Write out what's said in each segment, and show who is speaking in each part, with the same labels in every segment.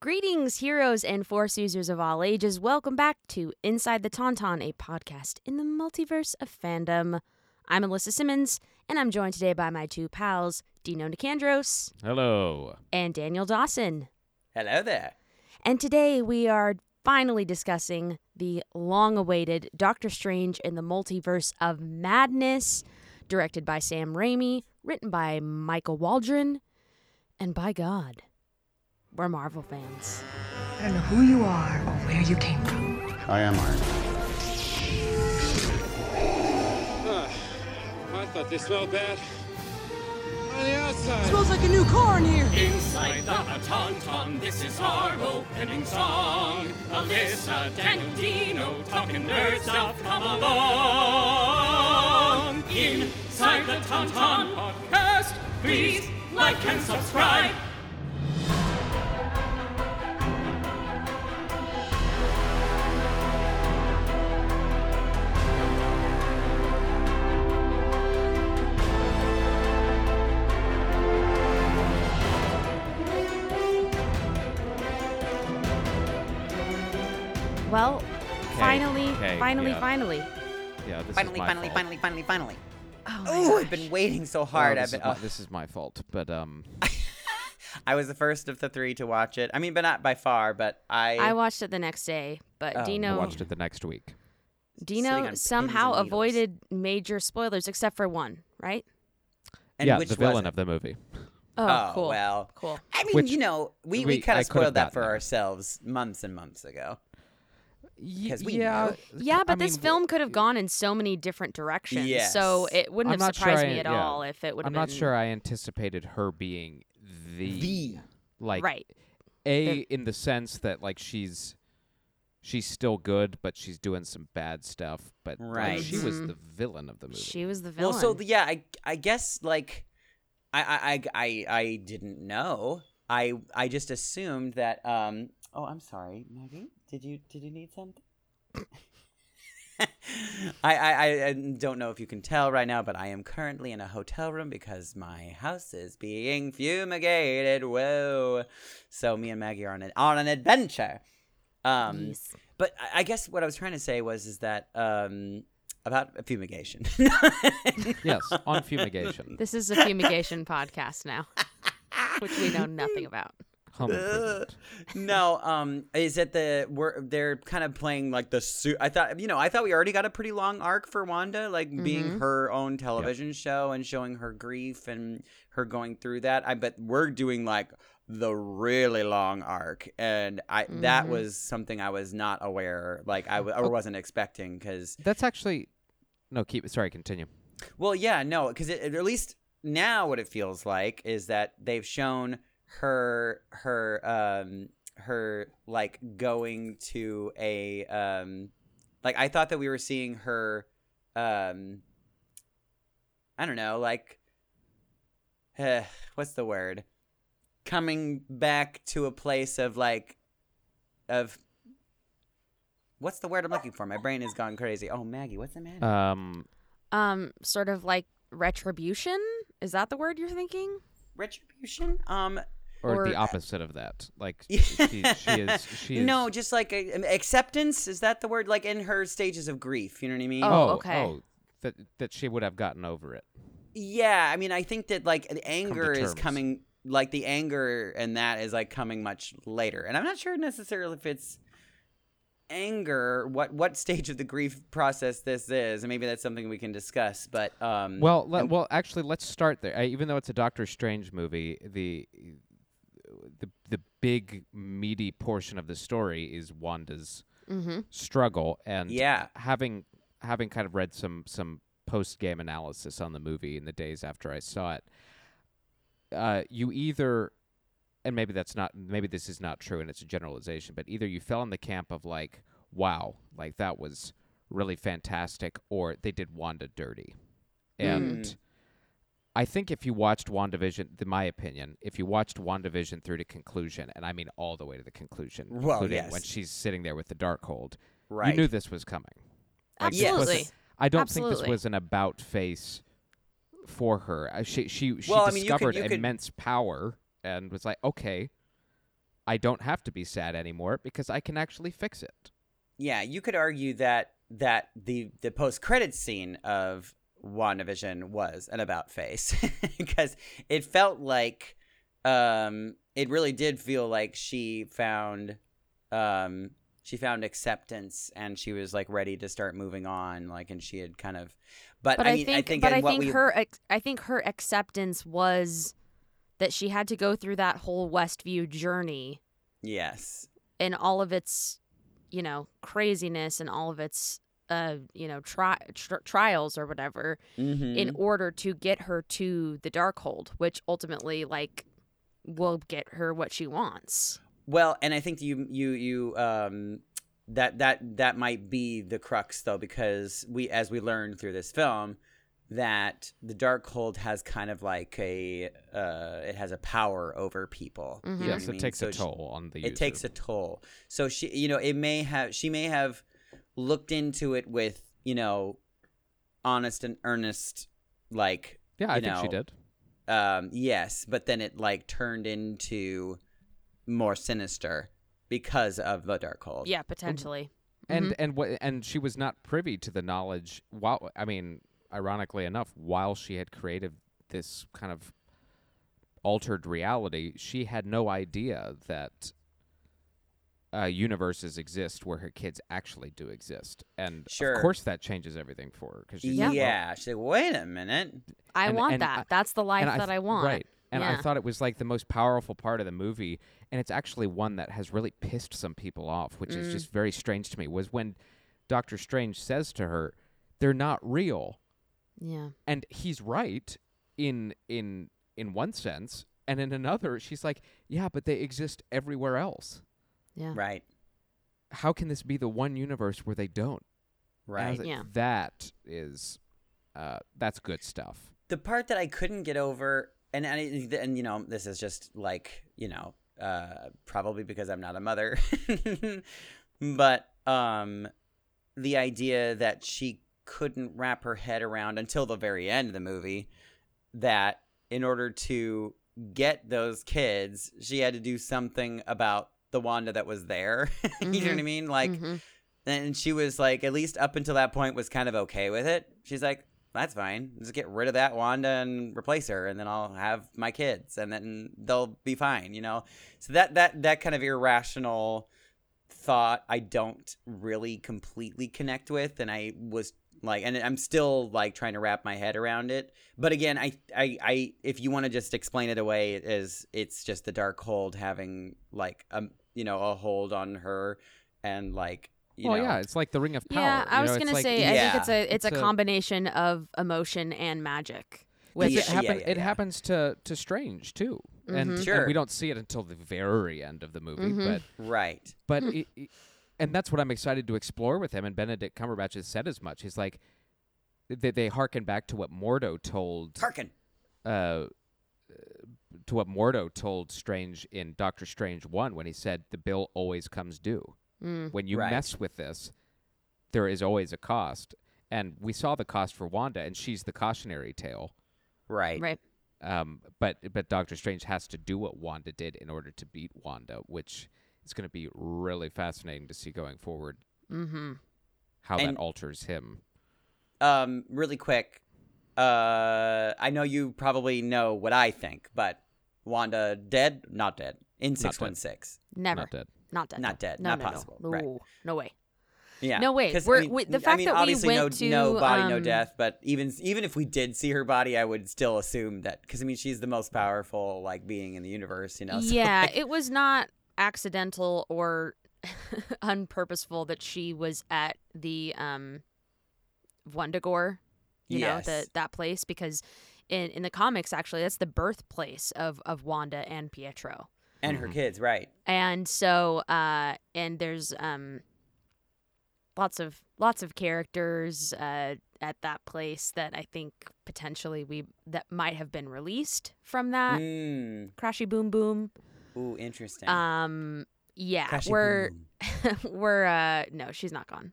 Speaker 1: Greetings, heroes and force users of all ages. Welcome back to Inside the Tauntaun, a podcast in the multiverse of fandom. I'm Alyssa Simmons, and I'm joined today by my two pals, Dino Nicandros
Speaker 2: Hello.
Speaker 1: and Daniel Dawson.
Speaker 3: Hello there.
Speaker 1: And today we are finally discussing the long awaited Doctor Strange in the Multiverse of Madness, directed by Sam Raimi, written by Michael Waldron, and by God, we're Marvel fans.
Speaker 4: I don't know who you are or where you came from.
Speaker 5: Oh
Speaker 6: I am Iron Man.
Speaker 7: I thought they smelled bad. On the outside.
Speaker 8: Inside the Tauntaun, this is our opening song. Alyssa, Dan, and Dino, talking nerd stuff, come along. Inside the Tauntaun podcast, please like and subscribe.
Speaker 1: Well, finally,
Speaker 2: okay,
Speaker 1: finally,
Speaker 2: yeah.
Speaker 1: finally.
Speaker 2: Yeah, this is
Speaker 3: Finally,
Speaker 2: my
Speaker 3: finally,
Speaker 2: fault.
Speaker 3: finally, finally, finally.
Speaker 1: Oh,
Speaker 3: Oh, I've been waiting so
Speaker 2: Oh,
Speaker 3: hard.
Speaker 2: this,
Speaker 3: I've been.
Speaker 2: is my,
Speaker 3: oh,
Speaker 2: this is my fault, but um,
Speaker 3: I was the first of the three to watch it. I mean, but not by far. But I.
Speaker 1: I watched it the next day, but
Speaker 3: Oh, I
Speaker 2: I
Speaker 1: Dino
Speaker 2: watched it the next week.
Speaker 3: sitting on
Speaker 1: Dino
Speaker 3: pins
Speaker 1: somehow
Speaker 3: and needles.
Speaker 1: avoided major spoilers except for one, right?
Speaker 3: and
Speaker 2: yeah,
Speaker 3: which
Speaker 2: the villain
Speaker 3: was it?
Speaker 2: of the movie.
Speaker 1: Oh,
Speaker 3: Oh,
Speaker 1: cool.
Speaker 3: well.
Speaker 1: Cool.
Speaker 3: I mean,
Speaker 2: Which
Speaker 3: you know, we, we,
Speaker 2: we-
Speaker 3: kind
Speaker 2: I
Speaker 3: of
Speaker 2: could've
Speaker 3: spoiled that for
Speaker 2: gotten it.
Speaker 3: ourselves months and months ago. Because we
Speaker 2: yeah,
Speaker 3: know.
Speaker 1: Yeah, but
Speaker 2: I
Speaker 1: this
Speaker 2: mean,
Speaker 1: film could have gone in so many different directions. So
Speaker 3: Yes.
Speaker 1: it wouldn't
Speaker 2: I'm
Speaker 1: have
Speaker 2: not sure
Speaker 1: surprised
Speaker 2: I-
Speaker 1: me at
Speaker 2: yeah.
Speaker 1: all if it would have
Speaker 2: I'm
Speaker 1: been
Speaker 2: not sure I anticipated her being the, like
Speaker 1: right.
Speaker 2: a in the sense that like she's she's still good, but she's doing some bad stuff. But like,
Speaker 3: Right.
Speaker 2: she was
Speaker 1: Mhm.
Speaker 2: the villain of the movie.
Speaker 1: She was the
Speaker 3: Well,
Speaker 1: villain.
Speaker 3: so yeah, I I guess like I I I I, I didn't know. I I just assumed that. Um. Oh, I'm sorry, Maggie. Did you did you need something? I, I I- I don't know if you can tell right now, but I am currently in a hotel room because my house is being fumigated. Whoa! So me and Maggie are on an on an adventure. Um,
Speaker 1: Yes.
Speaker 3: but I- I guess what I was trying to say was is that um, about fumigation.
Speaker 2: yes, on fumigation.
Speaker 1: this is a fumigation podcast now, which we know nothing about.
Speaker 2: Home improvement.
Speaker 3: no, um, is it the we're they're kind of playing like the suit? I thought you know I thought we already got a pretty long arc for Wanda, like being her own television show and showing her grief and her going through that. I bet we're doing like the really long arc, and I that was something I was not aware, like I w- or wasn't expecting because
Speaker 2: That's actually no. Keep sorry. Continue.
Speaker 3: Well, yeah, no, because at least now what it feels like is that they've shown her her um her like going to a um like I thought that we were seeing her um I don't know like eh, what's the word coming back to a place of like of what's the word I'm looking for my brain has gone crazy oh Maggie what's the matter
Speaker 2: Um,
Speaker 1: Um, sort of like retribution. Is that the word you're thinking?
Speaker 3: retribution um
Speaker 2: or,
Speaker 1: Or- uh,
Speaker 2: the opposite of that. Like she, she is. She is Oh,
Speaker 3: no just like a, um, acceptance is that the word like in her stages of grief you know what i mean
Speaker 1: Oh. okay.
Speaker 2: Oh, that that she would have gotten over it.
Speaker 3: yeah i mean i think that like the anger is
Speaker 2: terms.
Speaker 3: coming like the anger and that is like coming much later and i'm not sure necessarily if it's anger what what stage of the grief process this is and maybe that's something we can discuss but um
Speaker 2: Well, le- well, actually, let's start there. I, even though it's a Doctor Strange movie, the the the big meaty portion of the story is Wanda's
Speaker 1: Mm-hmm.
Speaker 2: struggle, and
Speaker 3: Yeah.
Speaker 2: having having kind of read some some post game analysis on the movie in the days after I saw it, uh, you either and maybe that's not maybe this is not true and it's a generalization but either you fell in the camp of like wow like that was really fantastic or they did wanda dirty
Speaker 3: Hmm.
Speaker 2: and i think if you watched wandavision in my opinion if you watched wandavision through to conclusion and i mean all the way to the conclusion
Speaker 3: Well,
Speaker 2: including
Speaker 3: yes.
Speaker 2: when she's sitting there with the dark hold
Speaker 3: Right.
Speaker 2: you knew this was coming Like, this wasn't-
Speaker 1: Absolutely.
Speaker 2: i don't think
Speaker 1: Absolutely.
Speaker 2: this was an about face for her Uh, she she, she
Speaker 3: Well, I mean, you could-
Speaker 2: discovered
Speaker 3: you could-
Speaker 2: immense power and was like okay I don't have to be sad anymore because I can actually fix it.
Speaker 3: yeah, you could argue that that the the post credit scene of WandaVision was an about face because it felt like um it really did feel like she found um she found acceptance and she was like ready to start moving on like and she had kind of but,
Speaker 1: But
Speaker 3: I,
Speaker 1: I,
Speaker 3: mean
Speaker 1: think,
Speaker 3: I think
Speaker 1: but
Speaker 3: in
Speaker 1: I
Speaker 3: what
Speaker 1: think
Speaker 3: we
Speaker 1: her ex- I think her acceptance was that she had to go through that whole Westview journey
Speaker 3: yes
Speaker 1: and all of its, you know, craziness and all of its uh, you know, tri- tr- trials or whatever
Speaker 3: Mhm.
Speaker 1: in order to get her to the Darkhold, which ultimately like will get her what she wants.
Speaker 3: Well, and I think you you you um that that that might be the crux though because we as we learned through this film that the Darkhold has kind of like a uh it has a power over people. You know
Speaker 1: Mhm.
Speaker 3: what
Speaker 2: Mm-hmm. Yes,
Speaker 3: I
Speaker 2: it
Speaker 3: mean?
Speaker 2: takes
Speaker 3: So
Speaker 2: a
Speaker 3: she-
Speaker 2: toll on the.
Speaker 3: it takes a toll. So she you know, it may have she may have looked into it with, you know, honest and earnest like
Speaker 2: Yeah, I
Speaker 3: you
Speaker 2: think she
Speaker 3: know,
Speaker 2: did.
Speaker 3: um yes but then it like turned into more sinister because of the dark hold
Speaker 1: Yeah, potentially.
Speaker 2: and and what and she was not privy to the knowledge while i mean ironically enough while she had created this kind of altered reality she had no idea that uh, universes exist where her kids actually do exist and
Speaker 3: Sure.
Speaker 2: of course that changes everything for her because she's
Speaker 3: yeah,
Speaker 2: like,
Speaker 3: she's like wait a minute
Speaker 1: I
Speaker 2: And-
Speaker 1: want
Speaker 2: and
Speaker 1: that.
Speaker 2: I-
Speaker 1: That's the life
Speaker 2: and
Speaker 1: that
Speaker 2: th-
Speaker 1: I want.
Speaker 2: Right. And
Speaker 1: Yeah.
Speaker 2: I thought it was like the most powerful part of the movie, and it's actually one that has really pissed some people off, which
Speaker 1: Mm.
Speaker 2: is just very strange to me. Was when Doctor Strange says to her, "They're not real,"
Speaker 1: Yeah.
Speaker 2: and he's right in in in one sense, and in another, she's like, "Yeah, but they exist everywhere else.
Speaker 1: Yeah.
Speaker 3: right
Speaker 2: How can this be the one universe where they don't?" And I
Speaker 3: right
Speaker 2: was like,
Speaker 1: Yeah.
Speaker 2: That is, uh, that's good stuff.
Speaker 3: the part that i couldn't get over and and, it- and you know this is just like you know uh probably because i'm not a mother but um the idea that she couldn't wrap her head around until the very end of the movie that in order to get those kids, she had to do something about the Wanda that was there.
Speaker 1: Mm-hmm.
Speaker 3: you know what I mean? Like,
Speaker 1: Mhm.
Speaker 3: and she was like, at least up until that point, was kind of okay with it. She's like, that's fine. Just get rid of that Wanda and replace her, and then I'll have my kids, and then they'll be fine. You know. So that that that kind of irrational thought I don't really completely connect with, and I was like, and I'm still like trying to wrap my head around it. But again, I, I, I if you want to just explain it away as it's just the dark hold having like a you know a hold on her, and like you
Speaker 2: well,
Speaker 3: know,
Speaker 2: yeah, it's like the Ring of Power.
Speaker 1: Yeah, I
Speaker 2: you
Speaker 1: was
Speaker 2: know, it's
Speaker 1: gonna
Speaker 2: like-
Speaker 1: say I
Speaker 3: Yeah.
Speaker 1: think it's a it's,
Speaker 2: It's
Speaker 1: a,
Speaker 2: a-
Speaker 1: combination of emotion and magic.
Speaker 2: Because
Speaker 1: Which
Speaker 3: Yeah,
Speaker 2: it, happen-
Speaker 3: yeah,
Speaker 2: it
Speaker 3: yeah.
Speaker 2: happens to, to Strange too, and,
Speaker 1: Mhm.
Speaker 2: and
Speaker 3: Sure. Mm-hmm.
Speaker 2: we don't see it until the very end of the movie.
Speaker 1: Mhm.
Speaker 2: But
Speaker 3: right.
Speaker 2: but it, it- and that's what I'm excited to explore with him. And Benedict Cumberbatch has said as much. He's like they they harken back to what Mordo told
Speaker 3: Harkin.
Speaker 2: uh, to what Mordo told Strange in Doctor Strange One when he said the bill always comes due.
Speaker 1: Mm.
Speaker 2: When you
Speaker 3: Mm-hmm. Right.
Speaker 2: mess with this, there is always a cost, and we saw the cost for Wanda, and she's the cautionary tale.
Speaker 3: Right.
Speaker 1: Right.
Speaker 2: Um, but but Doctor Strange has to do what Wanda did in order to beat Wanda, which is going to be really fascinating to see going forward
Speaker 1: Mm-hmm.
Speaker 2: how
Speaker 3: And-
Speaker 2: that alters him.
Speaker 3: Um, really quick. Uh, I know you probably know what I think, but Wanda dead? Not dead. In six one six.
Speaker 1: Never.
Speaker 2: Not dead.
Speaker 1: Not dead.
Speaker 3: Not dead.
Speaker 1: No,
Speaker 3: Not
Speaker 1: no, no.
Speaker 3: possible.
Speaker 1: No.
Speaker 3: Right.
Speaker 1: No way.
Speaker 3: Yeah.
Speaker 1: No, wait,
Speaker 3: 'Cause,
Speaker 1: we're-
Speaker 3: I mean,
Speaker 1: we- the
Speaker 3: I
Speaker 1: fact
Speaker 3: mean,
Speaker 1: that we
Speaker 3: obviously no,
Speaker 1: went
Speaker 3: no
Speaker 1: to,
Speaker 3: body, no
Speaker 1: um,
Speaker 3: death, but even even if we did see her body, I would still assume that because I mean she's the most powerful like being in the universe, you know. so,
Speaker 1: yeah,
Speaker 3: like,
Speaker 1: it was not accidental or unpurposeful that she was at the um Wundagore, you
Speaker 3: yes.
Speaker 1: know, the, that place because in in the comics actually that's the birthplace of of Wanda and Pietro.
Speaker 3: and her kids, right?
Speaker 1: and so uh and there's um lots of lots of characters uh at that place that i think potentially we that might have been released from that
Speaker 3: Mm.
Speaker 1: crashy boom boom
Speaker 3: Ooh, interesting.
Speaker 1: um yeah
Speaker 3: Crashy
Speaker 1: we're
Speaker 3: boom.
Speaker 1: we're uh no she's not gone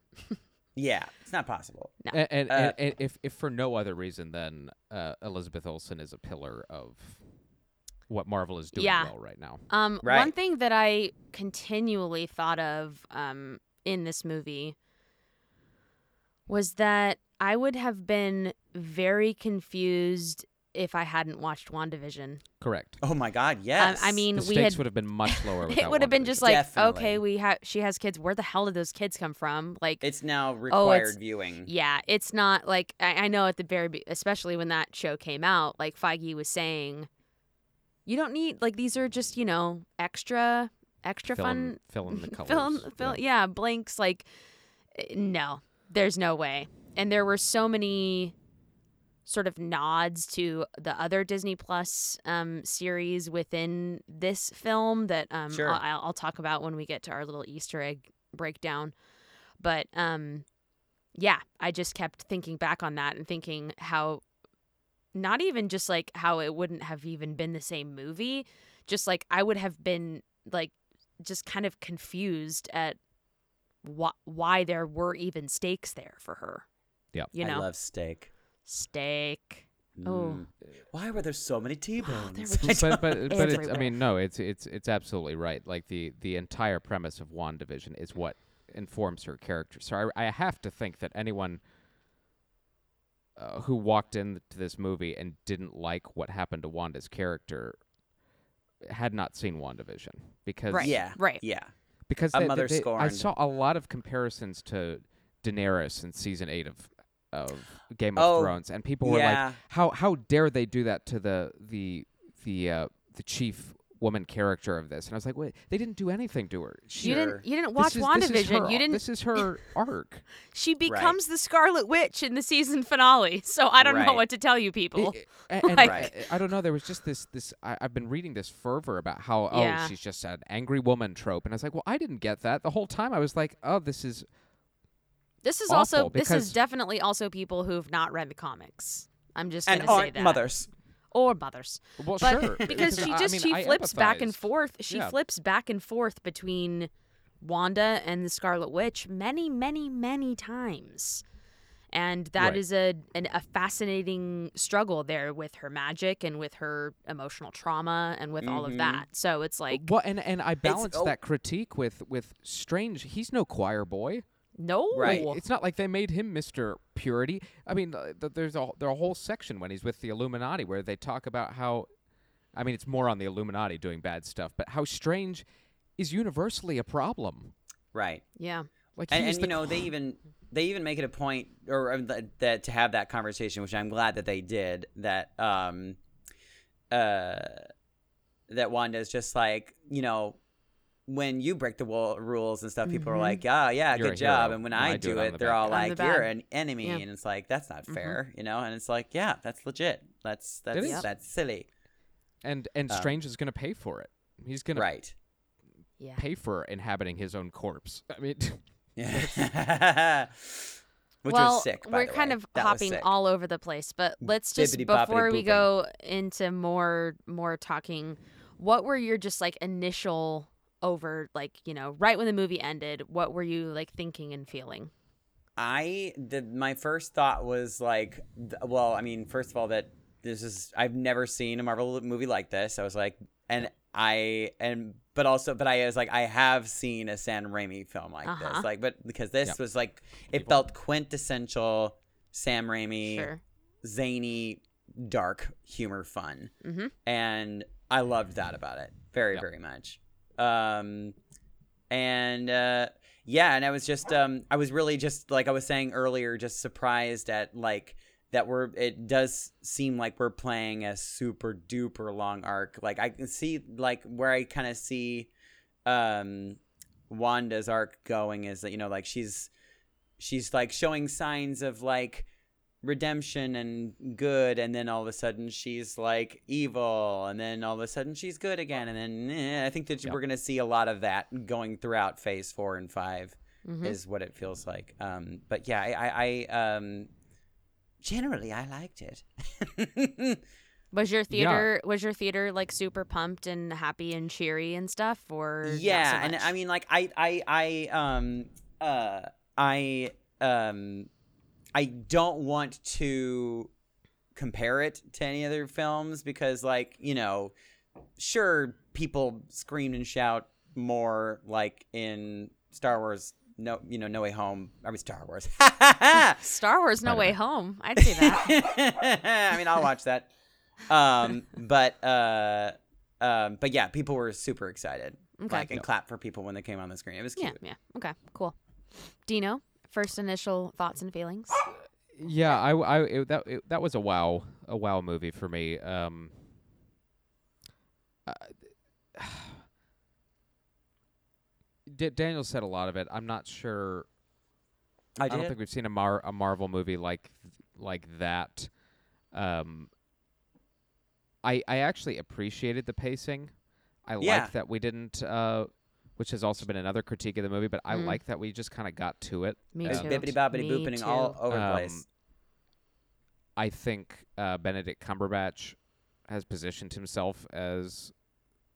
Speaker 3: yeah, it's not possible.
Speaker 2: A- And, and,
Speaker 3: Uh,
Speaker 2: and if if for no other reason than uh, Elizabeth Olsen is a pillar of what Marvel is doing
Speaker 1: Yeah.
Speaker 2: well right now.
Speaker 1: Um, One
Speaker 3: Right.
Speaker 1: thing that I continually thought of um, in this movie was that I would have been very confused if I hadn't watched WandaVision.
Speaker 2: Correct.
Speaker 3: Oh my God! Yes.
Speaker 1: Um, I mean,
Speaker 2: The
Speaker 1: we
Speaker 2: stakes
Speaker 1: had.
Speaker 2: would have been much lower.
Speaker 1: It would have been just like, okay,
Speaker 3: Definitely.
Speaker 1: we have. She has kids. Where the hell did those kids come from? Like,
Speaker 3: it's now
Speaker 1: Oh,
Speaker 3: required
Speaker 1: it's-
Speaker 3: viewing.
Speaker 1: Yeah, it's not like I, I know at the very, be- especially when that show came out, like Feige was saying, you don't need like these are just you know extra, extra fun
Speaker 2: filling the colors.
Speaker 1: film, film, yeah. blanks. Like, eh, no, there's no way. And there were so many sort of nods to the other Disney Plus um, series within this film that um,
Speaker 3: Sure.
Speaker 1: I'll, I'll- I'll talk about when we get to our little Easter egg breakdown. But um, yeah, I just kept thinking back on that and thinking how not even just like how it wouldn't have even been the same movie, just like I would have been like just kind of confused at wh- why there were even stakes there for her.
Speaker 2: Yeah.
Speaker 1: You know,
Speaker 3: I love steak.
Speaker 1: steak. Oh.
Speaker 3: Mm. Why were there so many
Speaker 1: there
Speaker 3: T-bones?
Speaker 1: were
Speaker 3: I
Speaker 1: just-
Speaker 2: but but, but it's, I
Speaker 1: Everywhere.
Speaker 2: mean, no, it's it's it's absolutely right. Like the the entire premise of WandaVision is what informs her character. So I I have to think that anyone uh, who walked into this movie and didn't like what happened to Wanda's character had not seen WandaVision because
Speaker 1: Right.
Speaker 3: Yeah.
Speaker 1: Right.
Speaker 3: Yeah.
Speaker 2: because
Speaker 3: A
Speaker 2: they- they-
Speaker 3: mother
Speaker 2: they- I
Speaker 3: scorned.
Speaker 2: saw a lot of comparisons to Daenerys in season eight of of Game of
Speaker 3: Oh,
Speaker 2: Thrones, and people were
Speaker 3: yeah.
Speaker 2: like, "How how dare they do that to the the the uh, the chief woman character of this?" And I was like, "Wait, they didn't do anything to her. She
Speaker 1: You
Speaker 3: Sure.
Speaker 1: didn't. You didn't
Speaker 2: this
Speaker 1: watch
Speaker 2: is-
Speaker 1: WandaVision.
Speaker 2: This is her,
Speaker 1: you didn't.
Speaker 2: This is her arc.
Speaker 1: she becomes the Scarlet Witch in the season finale. So I don't know
Speaker 3: Right.
Speaker 1: what to tell you,
Speaker 3: Oh,
Speaker 1: people.
Speaker 2: I- I- and
Speaker 1: Like-
Speaker 2: I, I don't know. There was just this this. I, I've been reading this fervor about how oh
Speaker 1: Yeah.
Speaker 2: she's just an angry woman trope, and I was like, well, I didn't get that the whole time. I was like, oh, this is
Speaker 1: this is
Speaker 2: awful
Speaker 1: also. This
Speaker 2: because-
Speaker 1: is definitely also people who've not read the comics. I'm just
Speaker 3: And
Speaker 1: gonna say
Speaker 3: aren't
Speaker 1: that.
Speaker 3: mothers?
Speaker 1: Or mothers.
Speaker 2: well,
Speaker 1: But
Speaker 2: sure
Speaker 1: because she
Speaker 2: I- I
Speaker 1: just
Speaker 2: mean,
Speaker 1: she
Speaker 2: I
Speaker 1: flips back and
Speaker 2: empathized.
Speaker 1: forth. She
Speaker 2: Yeah.
Speaker 1: flips back and forth between Wanda and the Scarlet Witch many, many, many times. And that
Speaker 2: Right.
Speaker 1: is a an, a fascinating struggle there with her magic and with her emotional trauma and with all of
Speaker 2: Mm-hmm.
Speaker 1: that. So it's like,
Speaker 2: well, and and I balanced
Speaker 3: oh.
Speaker 2: that critique with with strange. He's no choir boy.
Speaker 1: no,
Speaker 3: Right.
Speaker 2: Like, It's not like they made him Mister Purity. I mean, uh, th- there's a there are a whole section when he's with the Illuminati where they talk about how, I mean, it's more on the Illuminati doing bad stuff, but how strange is universally a problem.
Speaker 3: Right.
Speaker 1: yeah,
Speaker 2: Like
Speaker 3: and,
Speaker 2: he's
Speaker 3: and
Speaker 2: the
Speaker 3: you know they
Speaker 2: cl-
Speaker 3: even they even make it a point or um, th- that to have that conversation which i'm glad that they did that um uh that wanda's just like you know when you break the wo- rules and stuff people are like ah yeah
Speaker 2: You're a
Speaker 3: good job
Speaker 2: hero.
Speaker 3: and when
Speaker 2: When
Speaker 3: i,
Speaker 2: I do
Speaker 3: do,
Speaker 2: it, I'm
Speaker 3: it,
Speaker 2: the
Speaker 3: they're
Speaker 2: bad
Speaker 3: all
Speaker 1: guy." I'm
Speaker 3: like
Speaker 1: the
Speaker 3: you're
Speaker 1: bad."
Speaker 3: an enemy
Speaker 1: Yeah.
Speaker 3: and it's like that's not fair you know and it's like yeah that's legit that's that's
Speaker 2: is.
Speaker 3: that's silly
Speaker 2: and
Speaker 1: Uh.
Speaker 2: and
Speaker 3: um,
Speaker 2: Strange is going to pay for it. He's going to
Speaker 3: right
Speaker 1: yeah.
Speaker 2: pay for inhabiting his own corpse. I mean,
Speaker 3: yeah which
Speaker 1: well,
Speaker 3: was sick by
Speaker 1: we're
Speaker 3: the
Speaker 1: kind
Speaker 3: way.
Speaker 1: of
Speaker 3: That was
Speaker 1: hopping
Speaker 3: sick.
Speaker 1: all over the place, but let's just
Speaker 3: Bibbidi-boppity
Speaker 1: before we
Speaker 3: booping.
Speaker 1: go into more more talking, what were your just like initial over like you know right when the movie ended? What were you like thinking and feeling?
Speaker 3: I did. My first thought was like, th- well, I mean, first of all, that this is I've never seen a Marvel movie like this. I was like, and I and but also, but I was like, I have seen a Sam Raimi film like
Speaker 1: Uh-huh.
Speaker 3: this, like, but because this
Speaker 2: Yeah.
Speaker 3: was like, it felt quintessential Sam Raimi,
Speaker 1: Sure.
Speaker 3: zany, dark humor, fun,
Speaker 1: Mhm.
Speaker 3: and I loved that about it very,
Speaker 2: Yeah.
Speaker 3: very much. Um, and uh, yeah and i was just um i was really just like i was saying earlier just surprised at like that we're it does seem like we're playing a super duper long arc like i can see like where i kind of see um wanda's arc going is that you know like she's she's like showing signs of like redemption and good and then all of a sudden she's like evil and then all of a sudden she's good again and then eh, i think that
Speaker 2: Yep.
Speaker 3: we're going to see a lot of that going throughout phase four and 5
Speaker 1: Mhm.
Speaker 3: is what it feels like um but yeah i i, I um generally i liked it
Speaker 1: Was your
Speaker 2: Yeah.
Speaker 1: theater was your theater like super pumped and happy and cheery and stuff? Or not so
Speaker 3: yeah and
Speaker 1: much?
Speaker 3: i mean like i i i um uh i um i don't want to compare it to any other films because like you know sure people scream and shout more like in Star Wars. No, you know, No Way Home. I mean, Star Wars.
Speaker 1: Star Wars No Way Home. I'd say that.
Speaker 3: I mean, I'll watch that. Um, but uh, um, but yeah, people were super excited,
Speaker 1: Okay.
Speaker 3: like and clapped for people when they came on the screen. It was
Speaker 1: yeah,
Speaker 3: cute.
Speaker 1: yeah. Okay, cool. Dino, first initial thoughts and feelings.
Speaker 2: Yeah, I, I it, that it, that was a wow, a wow movie for me. Um, uh, D- Daniel said a lot of it. I'm not sure.
Speaker 3: I
Speaker 2: I,
Speaker 3: did.
Speaker 2: don't think we've seen a Mar- a Marvel movie like like that. Um, I I actually appreciated the pacing. I
Speaker 3: Yeah.
Speaker 2: like that we didn't, uh, which has also been another critique of the movie. But I
Speaker 1: Mm.
Speaker 3: Mm-hmm.
Speaker 2: like that we just kind of got to it.
Speaker 1: Me
Speaker 2: Uh,
Speaker 3: There's
Speaker 1: too.
Speaker 3: bibbity bobbity
Speaker 1: Me
Speaker 3: booping all
Speaker 1: too.
Speaker 3: over the
Speaker 2: Um,
Speaker 3: place.
Speaker 2: I think uh, Benedict Cumberbatch has positioned himself as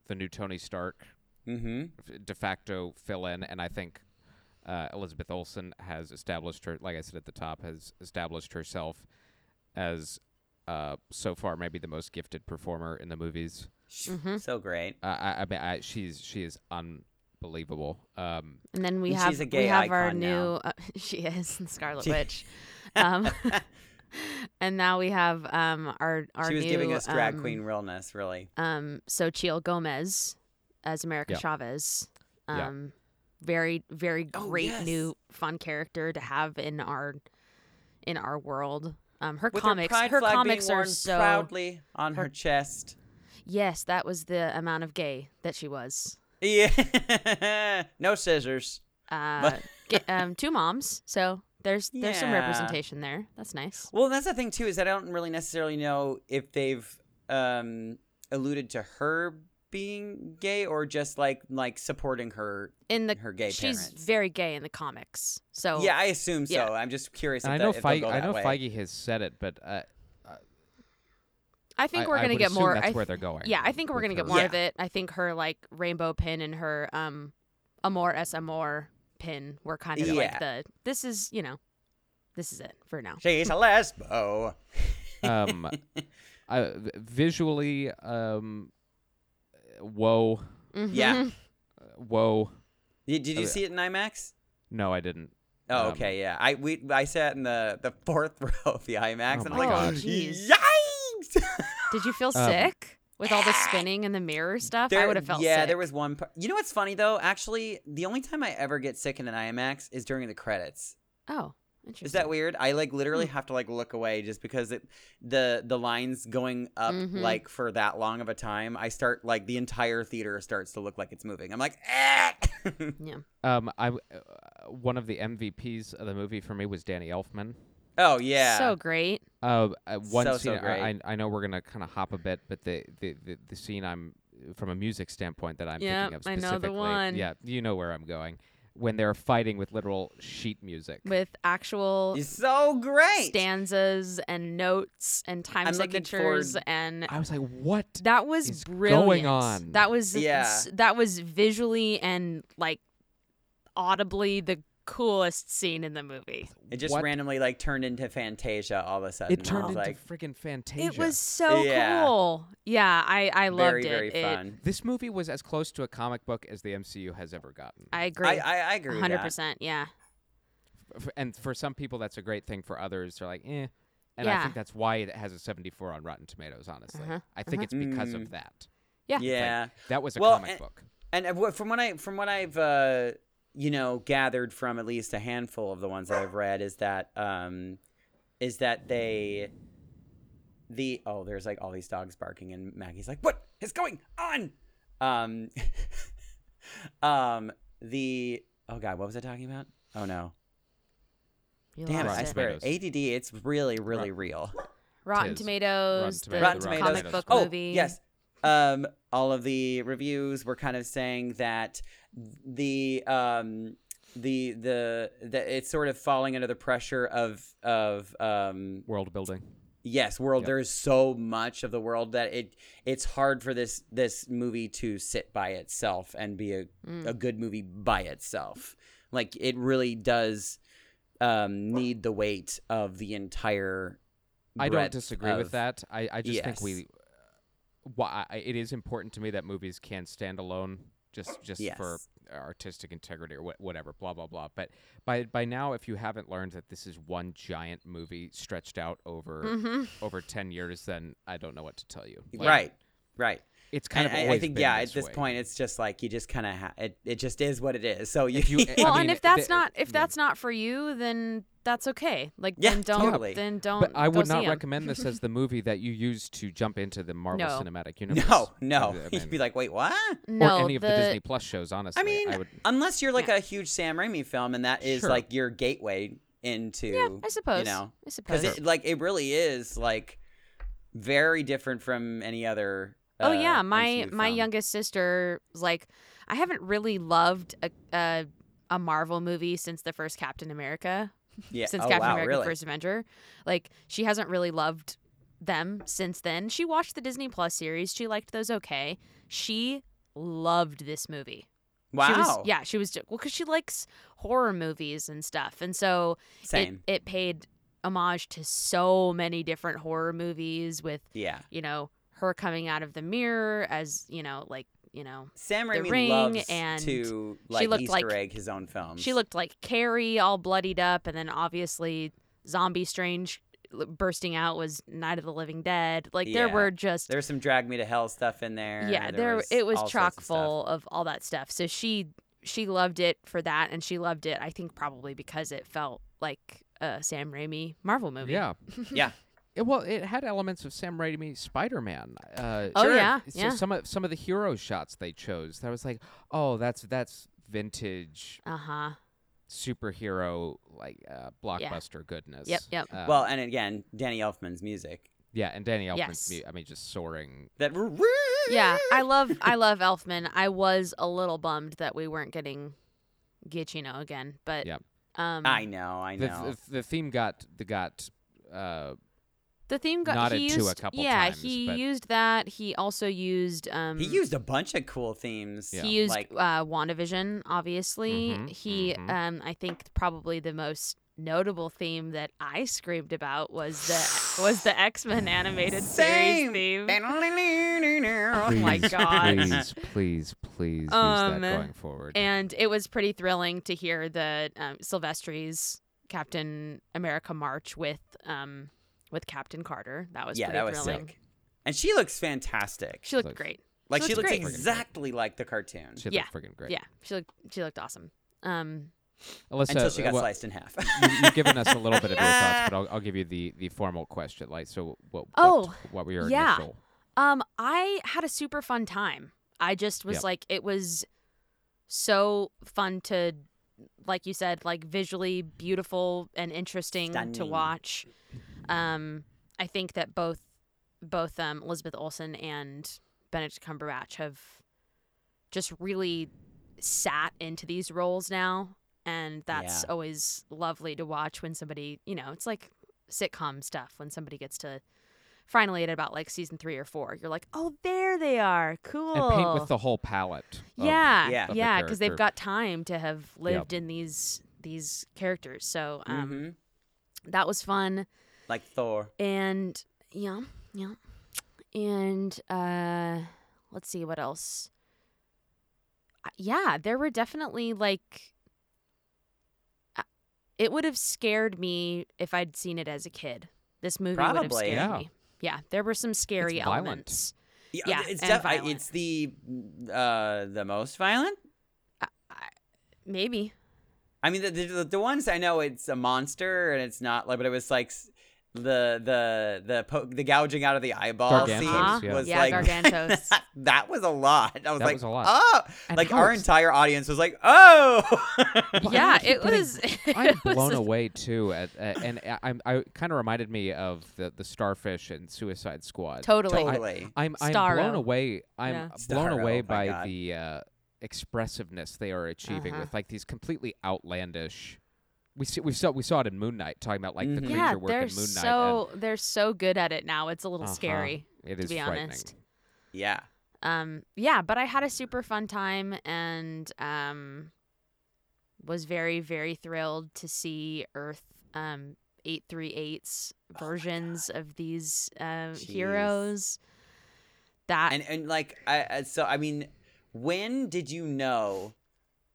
Speaker 2: the new Tony Stark
Speaker 3: Mm-hmm.
Speaker 2: f- de facto fill-in, and I think uh, Elizabeth Olsen has established her, like I said at the top, has established herself as uh, so far maybe the most gifted performer in the movies.
Speaker 1: Mhm.
Speaker 3: So great.
Speaker 2: Uh, I, I mean, I, she's she is unbelievable. Um,
Speaker 1: And then we
Speaker 3: And
Speaker 1: have
Speaker 3: she's a gay
Speaker 1: we have our
Speaker 3: icon now.
Speaker 1: new uh, she is the Scarlet
Speaker 3: She-
Speaker 1: Witch. Um, and now we have um our our
Speaker 3: she was
Speaker 1: new
Speaker 3: giving us drag
Speaker 1: um,
Speaker 3: queen realness, really.
Speaker 1: um Sochiel Gomez as America
Speaker 2: Yeah.
Speaker 1: Chavez.
Speaker 2: Yeah.
Speaker 1: Um very very
Speaker 3: Oh,
Speaker 1: great new
Speaker 3: yes.
Speaker 1: fun character to have in our in our world. Um her
Speaker 3: With
Speaker 1: comics
Speaker 3: her, pride flag
Speaker 1: comics
Speaker 3: being
Speaker 1: are
Speaker 3: worn
Speaker 1: so
Speaker 3: proudly on her,
Speaker 1: her-
Speaker 3: chest.
Speaker 1: Yes, that was the amount of gay that she was.
Speaker 3: Yeah, no scissors.
Speaker 1: Uh ga- um two moms. So there's there's some
Speaker 3: Yeah.
Speaker 1: representation there. That's nice.
Speaker 3: Well, that's the thing too is that I don't really necessarily know if they've um, alluded to her being gay or just like like supporting her.
Speaker 1: in the
Speaker 3: her gay
Speaker 1: she's
Speaker 3: parents.
Speaker 1: very gay in the comics. So
Speaker 3: Yeah, I assume so.
Speaker 1: yeah.
Speaker 3: I'm just curious. If
Speaker 2: and I
Speaker 3: that,
Speaker 2: know
Speaker 3: if they'll
Speaker 2: Feige,
Speaker 3: go
Speaker 2: I
Speaker 3: that
Speaker 2: know
Speaker 3: way.
Speaker 2: Feige has said it, but uh,
Speaker 1: I think
Speaker 2: I-
Speaker 1: we're
Speaker 2: I
Speaker 1: gonna
Speaker 2: would
Speaker 1: get
Speaker 2: assume
Speaker 1: more.
Speaker 2: that's
Speaker 1: I
Speaker 2: where
Speaker 1: th-
Speaker 2: they're going
Speaker 1: Yeah, I think we're
Speaker 2: with
Speaker 1: gonna get
Speaker 2: her.
Speaker 1: more
Speaker 3: Yeah.
Speaker 1: of it. I think her like rainbow pin and her um amor es amor pin were kind of like
Speaker 3: Yeah.
Speaker 1: the this is you know this is it for now.
Speaker 3: She's a lesbo.
Speaker 2: um uh, v- visually um whoa
Speaker 3: Yeah.
Speaker 1: Mhm.
Speaker 2: whoa
Speaker 3: Did, did you
Speaker 2: Okay.
Speaker 3: see it in IMAX?
Speaker 2: Oh, no i didn't
Speaker 3: Oh,
Speaker 2: Um,
Speaker 3: okay, yeah. I we I sat in the the fourth row of the IMAX,
Speaker 2: Oh
Speaker 3: and
Speaker 2: my
Speaker 3: I'm like,
Speaker 1: God. Oh, jeez.
Speaker 3: yikes!
Speaker 1: Did you feel
Speaker 2: Um,
Speaker 1: sick with all the spinning and the mirror stuff? I
Speaker 3: There-
Speaker 1: would have felt
Speaker 3: Yeah,
Speaker 1: sick.
Speaker 3: there was one. Part. You know what's funny though? Actually, the only time I ever get sick in an IMAX is during the credits.
Speaker 1: Oh, interesting.
Speaker 3: Is that weird? I like literally
Speaker 1: Mm.
Speaker 3: have to like look away just because it the the lines going up
Speaker 1: Mhm.
Speaker 3: like for that long of a time. I start like the entire theater starts to look like it's moving. I'm like, ah!
Speaker 2: um i w- uh, one of the mvps of the movie for me was danny elfman
Speaker 3: oh yeah.
Speaker 1: so great?
Speaker 2: uh, uh one
Speaker 3: So, so
Speaker 2: scene I, I
Speaker 3: great.
Speaker 2: i know we're gonna kind of hop a bit but the, the the the scene i'm from a music standpoint that i'm
Speaker 1: Yep,
Speaker 2: thinking of
Speaker 1: I know the
Speaker 2: specifically
Speaker 1: one.
Speaker 2: yeah you know where i'm going when they're fighting with literal sheet music
Speaker 1: With actual
Speaker 3: It's so great.
Speaker 1: stanzas and notes and time
Speaker 3: I'm looking forward-
Speaker 1: signatures and
Speaker 2: i was like what
Speaker 1: That was
Speaker 2: is going
Speaker 1: brilliant.
Speaker 2: on?
Speaker 1: That was
Speaker 3: Yeah.
Speaker 1: s- that was visually and like audibly the coolest scene in the movie.
Speaker 3: It just
Speaker 2: what?
Speaker 3: randomly like turned into Fantasia all of a sudden.
Speaker 2: it turned
Speaker 3: I was
Speaker 2: into
Speaker 3: like
Speaker 2: freaking fantasia
Speaker 1: It was so
Speaker 3: Yeah.
Speaker 1: cool. Yeah, I I loved
Speaker 3: very
Speaker 1: it.
Speaker 3: very
Speaker 1: It-
Speaker 3: fun.
Speaker 2: This movie was as close to a comic book as the MCU has ever gotten.
Speaker 1: I agree.
Speaker 3: I, I I agree. Hundred
Speaker 1: 100%. Yeah.
Speaker 2: F- and for some people, that's a great thing. For others, they're like, eh. And I
Speaker 1: Yeah.
Speaker 2: think that's why it has a 74 on Rotten Tomatoes, honestly.
Speaker 1: Uh-huh,
Speaker 2: I think
Speaker 1: uh-huh.
Speaker 2: it's because of
Speaker 3: Mm.
Speaker 2: that.
Speaker 1: Yeah.
Speaker 2: It's like,
Speaker 3: Yeah.
Speaker 2: that was a
Speaker 3: Well,
Speaker 2: comic
Speaker 3: and-
Speaker 2: book.
Speaker 3: And uh, what- from what I from what I've uh, you know gathered from at least a handful of the ones that I've read is that um, is that they the oh there's like all these dogs barking and Maggie's like what is going on um um the oh god what was I talking about oh no
Speaker 1: You
Speaker 3: damn
Speaker 1: lost
Speaker 3: it, I
Speaker 2: Rotten
Speaker 1: it.
Speaker 3: swear
Speaker 2: Tomatoes.
Speaker 3: ADD it's really really real
Speaker 1: Rotten
Speaker 2: Tis.
Speaker 1: Tomatoes,
Speaker 2: Rotten
Speaker 1: the
Speaker 2: Tomatoes,
Speaker 3: Rotten
Speaker 2: the Rotten
Speaker 3: Tomatoes.
Speaker 1: comic book
Speaker 3: oh,
Speaker 1: movie.
Speaker 3: Yes. Um, all of the reviews were kind of saying that the um, the the the it's sort of falling under the pressure of of um,
Speaker 2: World building.
Speaker 3: yes, world.
Speaker 2: Yep.
Speaker 3: There's so much of the world that it it's hard for this this movie to sit by itself and be a
Speaker 2: Hmm.
Speaker 1: Mm.
Speaker 2: Mm-hmm.
Speaker 3: a good movie by itself. Like it really does um, need the weight of the entire.
Speaker 2: I don't
Speaker 3: breadth
Speaker 2: disagree with
Speaker 3: of-
Speaker 2: that. I, I just think
Speaker 3: Yes.
Speaker 2: we why I- it is important to me that movies can stand alone just just for
Speaker 3: Yes.
Speaker 2: artistic integrity or wha- whatever blah blah blah but by by now if you haven't learned that this is one giant movie stretched out over
Speaker 1: Mm-hmm.
Speaker 2: over 10 years then i don't know what to tell you Like,
Speaker 3: right, right.
Speaker 2: it's kind
Speaker 3: And
Speaker 2: of
Speaker 3: I- I,
Speaker 2: always
Speaker 3: think
Speaker 2: been
Speaker 3: yeah. at this
Speaker 2: way.
Speaker 3: point, it's just like you just kind of ha- it. It just is what it is. So you,
Speaker 2: you- I
Speaker 1: well,
Speaker 2: mean,
Speaker 1: and if
Speaker 2: it-
Speaker 1: that's
Speaker 2: the-
Speaker 1: not if
Speaker 2: yeah.
Speaker 1: that's not for you, then that's okay. Like
Speaker 3: Yeah,
Speaker 1: then don't
Speaker 3: totally.
Speaker 1: then don't.
Speaker 2: but i
Speaker 1: go
Speaker 2: would
Speaker 1: see
Speaker 2: not
Speaker 1: 'em.
Speaker 2: recommend this as the movie that you use to jump into the marvel
Speaker 1: No.
Speaker 2: cinematic universe
Speaker 3: no, no.
Speaker 2: I
Speaker 3: You'd be
Speaker 2: mean-
Speaker 3: like, wait, what?
Speaker 1: No,
Speaker 2: or any of the,
Speaker 1: the-
Speaker 2: disney plus shows honestly
Speaker 3: I mean,
Speaker 2: i would
Speaker 3: unless you're like a huge Sam Raimi film, and that is
Speaker 2: Sure.
Speaker 3: like your gateway into.
Speaker 1: Yeah, I suppose.
Speaker 3: You know,
Speaker 1: I
Speaker 3: because
Speaker 1: suppose.
Speaker 3: it, like it really is like very different from any other.
Speaker 1: Oh
Speaker 3: uh,
Speaker 1: yeah, my
Speaker 3: MCU
Speaker 1: my
Speaker 3: film.
Speaker 1: youngest sister was like, I haven't really loved a a, a Marvel movie since the first Captain America,
Speaker 3: yeah.
Speaker 1: since
Speaker 3: oh,
Speaker 1: Captain
Speaker 3: wow,
Speaker 1: America:
Speaker 3: really?
Speaker 1: First Avenger. Like she hasn't really loved them since then. She watched the Disney Plus series. She liked those okay. She loved this movie.
Speaker 3: Wow.
Speaker 1: She was, yeah, she was ju- well because she likes horror movies and stuff, and so
Speaker 3: Same.
Speaker 1: it it paid homage to so many different horror movies with
Speaker 3: yeah.
Speaker 1: you know her coming out of the mirror as you know like you know
Speaker 3: Sam Raimi
Speaker 1: Ring
Speaker 3: loves
Speaker 1: and
Speaker 3: to like
Speaker 1: looked
Speaker 3: Easter
Speaker 1: like-
Speaker 3: egg his own films.
Speaker 1: she looked like Carrie all bloodied up and then obviously zombie strange l- bursting out was Night of the Living Dead like there
Speaker 3: Yeah.
Speaker 1: were just
Speaker 3: There's some drag me to hell stuff in there.
Speaker 1: yeah
Speaker 3: there,
Speaker 1: there
Speaker 3: was
Speaker 1: it was
Speaker 3: all sorts
Speaker 1: chock
Speaker 3: of stuff.
Speaker 1: full of all that stuff so she she loved it for that and she loved it I think probably because it felt like a Sam Raimi Marvel movie
Speaker 2: yeah
Speaker 3: Yeah.
Speaker 2: It, well, it had elements of Sam Raimi Spider-Man. Uh,
Speaker 1: Oh, Sure. yeah,
Speaker 2: So
Speaker 1: yeah.
Speaker 2: Some of some of the hero shots they chose, that was like, oh, that's that's vintage
Speaker 1: uh-huh
Speaker 2: superhero like uh, blockbuster goodness.
Speaker 1: Yep, yep.
Speaker 2: Uh,
Speaker 3: well, and again, Danny Elfman's music.
Speaker 2: yeah, and Danny Elfman's,
Speaker 1: Yes.
Speaker 2: mu- I mean, just soaring.
Speaker 3: That
Speaker 1: yeah i love i love elfman i was a little bummed that we weren't getting Giacchino again but
Speaker 2: Yep.
Speaker 1: um
Speaker 3: I know, I
Speaker 2: The,
Speaker 3: know.
Speaker 2: the, the theme got the got. Uh,
Speaker 1: the theme got
Speaker 2: nodded
Speaker 1: he
Speaker 2: to a
Speaker 1: used,
Speaker 2: couple
Speaker 1: yeah
Speaker 2: times,
Speaker 1: he
Speaker 2: but-
Speaker 1: used that he also used um
Speaker 2: mm.
Speaker 3: he used a bunch of cool themes.
Speaker 1: he used
Speaker 3: like
Speaker 1: uh wandavision obviously
Speaker 2: Mhm,
Speaker 1: he
Speaker 2: mhm.
Speaker 1: um i think probably the most notable theme that i screamed about was the was the x-men animated series
Speaker 3: same.
Speaker 1: theme
Speaker 3: Oh
Speaker 1: Oh my God.
Speaker 2: Please, please, please use that
Speaker 1: Um,
Speaker 2: going forward.
Speaker 1: and it was pretty thrilling to hear the um, Sylvester's Captain America march with um with Captain Carter. That was
Speaker 3: yeah,
Speaker 1: pretty
Speaker 3: that was
Speaker 1: thrilling.
Speaker 3: sick. And she looks fantastic.
Speaker 1: She looked
Speaker 2: Looks-
Speaker 1: great.
Speaker 3: like she
Speaker 1: looks
Speaker 3: looks
Speaker 1: great.
Speaker 3: exactly like the cartoon
Speaker 2: she
Speaker 1: yeah,
Speaker 2: looked freaking great.
Speaker 1: Yeah, she looked she looked awesome. Um,
Speaker 2: Alyssa,
Speaker 3: until she got
Speaker 2: well,
Speaker 3: sliced in half.
Speaker 2: you, you've given us a little bit of your thoughts, but I'll, I'll give you the, the formal question. Like, so what?
Speaker 1: Oh,
Speaker 2: what, what were your
Speaker 1: yeah.
Speaker 2: initial?
Speaker 1: um, I had a super fun time. I just was
Speaker 2: Yep.
Speaker 1: like, it was so fun to, like you said, like visually beautiful and interesting to
Speaker 3: Stunning.
Speaker 1: watch. Um, I think that both both um, Elizabeth Olsen and Benedict Cumberbatch have just really sat into these roles now, and that's
Speaker 3: Yeah.
Speaker 1: always lovely to watch when somebody, you know, it's like sitcom stuff when somebody gets to finally at about like season three or four, you're like, oh, there they are, cool.
Speaker 2: and paint with the whole palette. of-
Speaker 1: Oh. yeah,
Speaker 3: Yeah.
Speaker 1: yeah,
Speaker 2: of the
Speaker 1: yeah, because they've
Speaker 2: character.
Speaker 1: got time to have lived in these these characters. So um,
Speaker 3: hmm
Speaker 1: that was fun,
Speaker 3: Like Thor.
Speaker 1: and yeah, yeah, and uh, let's see what else. Uh, Yeah, there were definitely like. I- It would have scared me if I'd seen it as a kid. This movie would have
Speaker 3: Probably.
Speaker 1: scared
Speaker 2: Yeah.
Speaker 1: me. Yeah, there were some scary
Speaker 2: violent.
Speaker 1: elements.
Speaker 3: Yeah,
Speaker 1: Yeah,
Speaker 3: it's
Speaker 1: and
Speaker 3: definitely
Speaker 1: violent.
Speaker 3: it's the uh the most violent.
Speaker 1: Maybe.
Speaker 3: I mean, the, the the ones I know, it's a monster and it's not like, but it was like s- the the the po- the gouging out of the eyeball
Speaker 2: Gargantos,
Speaker 3: scene
Speaker 1: Uh-huh.
Speaker 2: yeah.
Speaker 3: was
Speaker 1: Yeah,
Speaker 3: like
Speaker 1: Gargantos.
Speaker 3: that, was a lot. I was
Speaker 2: That
Speaker 3: like,
Speaker 2: was a lot.
Speaker 3: oh,
Speaker 2: And
Speaker 3: like
Speaker 2: how
Speaker 3: our
Speaker 2: it's-
Speaker 3: entire audience was like, oh,
Speaker 2: Well,
Speaker 1: yeah,
Speaker 2: I keep
Speaker 1: it
Speaker 2: getting-
Speaker 1: was.
Speaker 2: I'm
Speaker 1: it was
Speaker 2: blown
Speaker 1: a-
Speaker 2: away too, at, uh, and I- I'm I kind of reminded me of the the Starfish and Suicide Squad.
Speaker 1: Totally.
Speaker 3: totally.
Speaker 2: I'm I'm blown
Speaker 1: Starro.
Speaker 2: away. I'm
Speaker 1: Yeah.
Speaker 2: blown
Speaker 3: Starro, oh
Speaker 2: away
Speaker 3: my
Speaker 2: by
Speaker 3: God.
Speaker 2: the uh, expressiveness they are achieving
Speaker 1: Uh-huh.
Speaker 2: with like these completely outlandish. We see, we saw we saw it in Moon Knight talking about like the
Speaker 3: Mhm.
Speaker 2: creature
Speaker 1: yeah,
Speaker 2: work in
Speaker 1: they're
Speaker 2: Moon Knight. and-
Speaker 1: so they're so good at it now. It's a little
Speaker 2: Uh-huh.
Speaker 1: scary,
Speaker 2: It
Speaker 1: to
Speaker 2: is
Speaker 1: be
Speaker 2: frightening.
Speaker 1: honest.
Speaker 3: Yeah,
Speaker 1: Um, yeah, but I had a super fun time and um, was very very thrilled to see Earth um eight
Speaker 2: Oh
Speaker 1: three eights versions of these uh,
Speaker 3: Jeez.
Speaker 1: heroes. that.
Speaker 3: and and like I, I so I mean, when did you know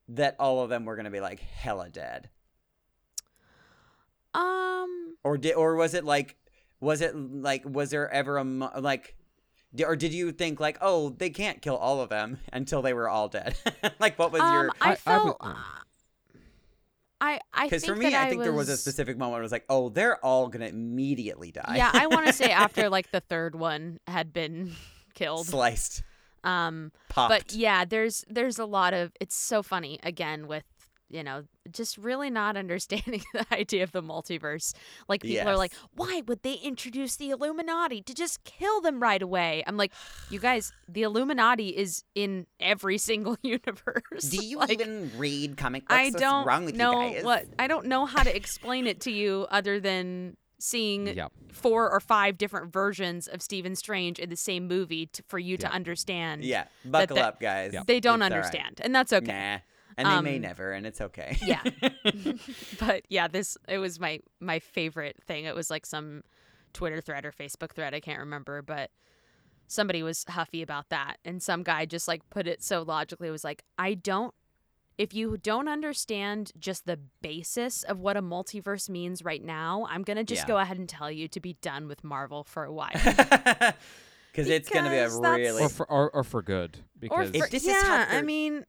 Speaker 3: that all of them were gonna be like hella dead,
Speaker 1: um,
Speaker 3: or did or was it like was it like was there ever a mo- like di- or did you think like oh they can't kill all of them until they were all dead like what was your
Speaker 1: um, I,
Speaker 2: I- I would-
Speaker 1: felt.
Speaker 2: mm.
Speaker 1: uh, I I think
Speaker 3: because for
Speaker 1: that
Speaker 3: me I think there was a
Speaker 1: was-
Speaker 3: specific moment where it was like oh they're all gonna immediately die
Speaker 1: Yeah, I want to say after like the third one had been killed.
Speaker 3: sliced
Speaker 1: Um,
Speaker 3: popped
Speaker 1: but yeah, there's there's a lot of it's so funny again with you know just really not understanding the idea of the multiverse. Like people are like,
Speaker 3: Yes.
Speaker 1: why would they introduce the Illuminati to just kill them right away? I'm like, you guys, the Illuminati is in every single universe.
Speaker 3: do you
Speaker 1: Like,
Speaker 3: even read comic books
Speaker 1: I
Speaker 3: What's
Speaker 1: don't
Speaker 3: wrong with
Speaker 1: know
Speaker 3: you guys
Speaker 1: what I don't know how to explain it to you other than seeing
Speaker 2: Yeah.
Speaker 1: four or five different versions of Stephen Strange in the same movie t- for you to
Speaker 2: Yeah.
Speaker 1: understand.
Speaker 3: yeah buckle
Speaker 1: that-
Speaker 3: up guys
Speaker 1: They don't
Speaker 3: It's all right.
Speaker 1: understand, and that's okay.
Speaker 3: Nah. And they may
Speaker 1: Um,
Speaker 3: never, and it's okay.
Speaker 1: yeah. but yeah, this it was my my favorite thing. It was like some Twitter thread or Facebook thread, I can't remember, but somebody was huffy about that and some guy just like put it so logically it was like, "I don't if you don't understand just the basis of what a multiverse means right now, I'm going to just
Speaker 3: Yeah.
Speaker 1: go ahead and tell you to be done with Marvel for a while."
Speaker 3: Because it's going to be a
Speaker 1: Because that's-
Speaker 3: really.
Speaker 2: or for or, or for good
Speaker 1: or
Speaker 2: because
Speaker 1: for,
Speaker 3: If this is
Speaker 1: yeah,
Speaker 3: how
Speaker 1: I
Speaker 3: they're-
Speaker 1: mean,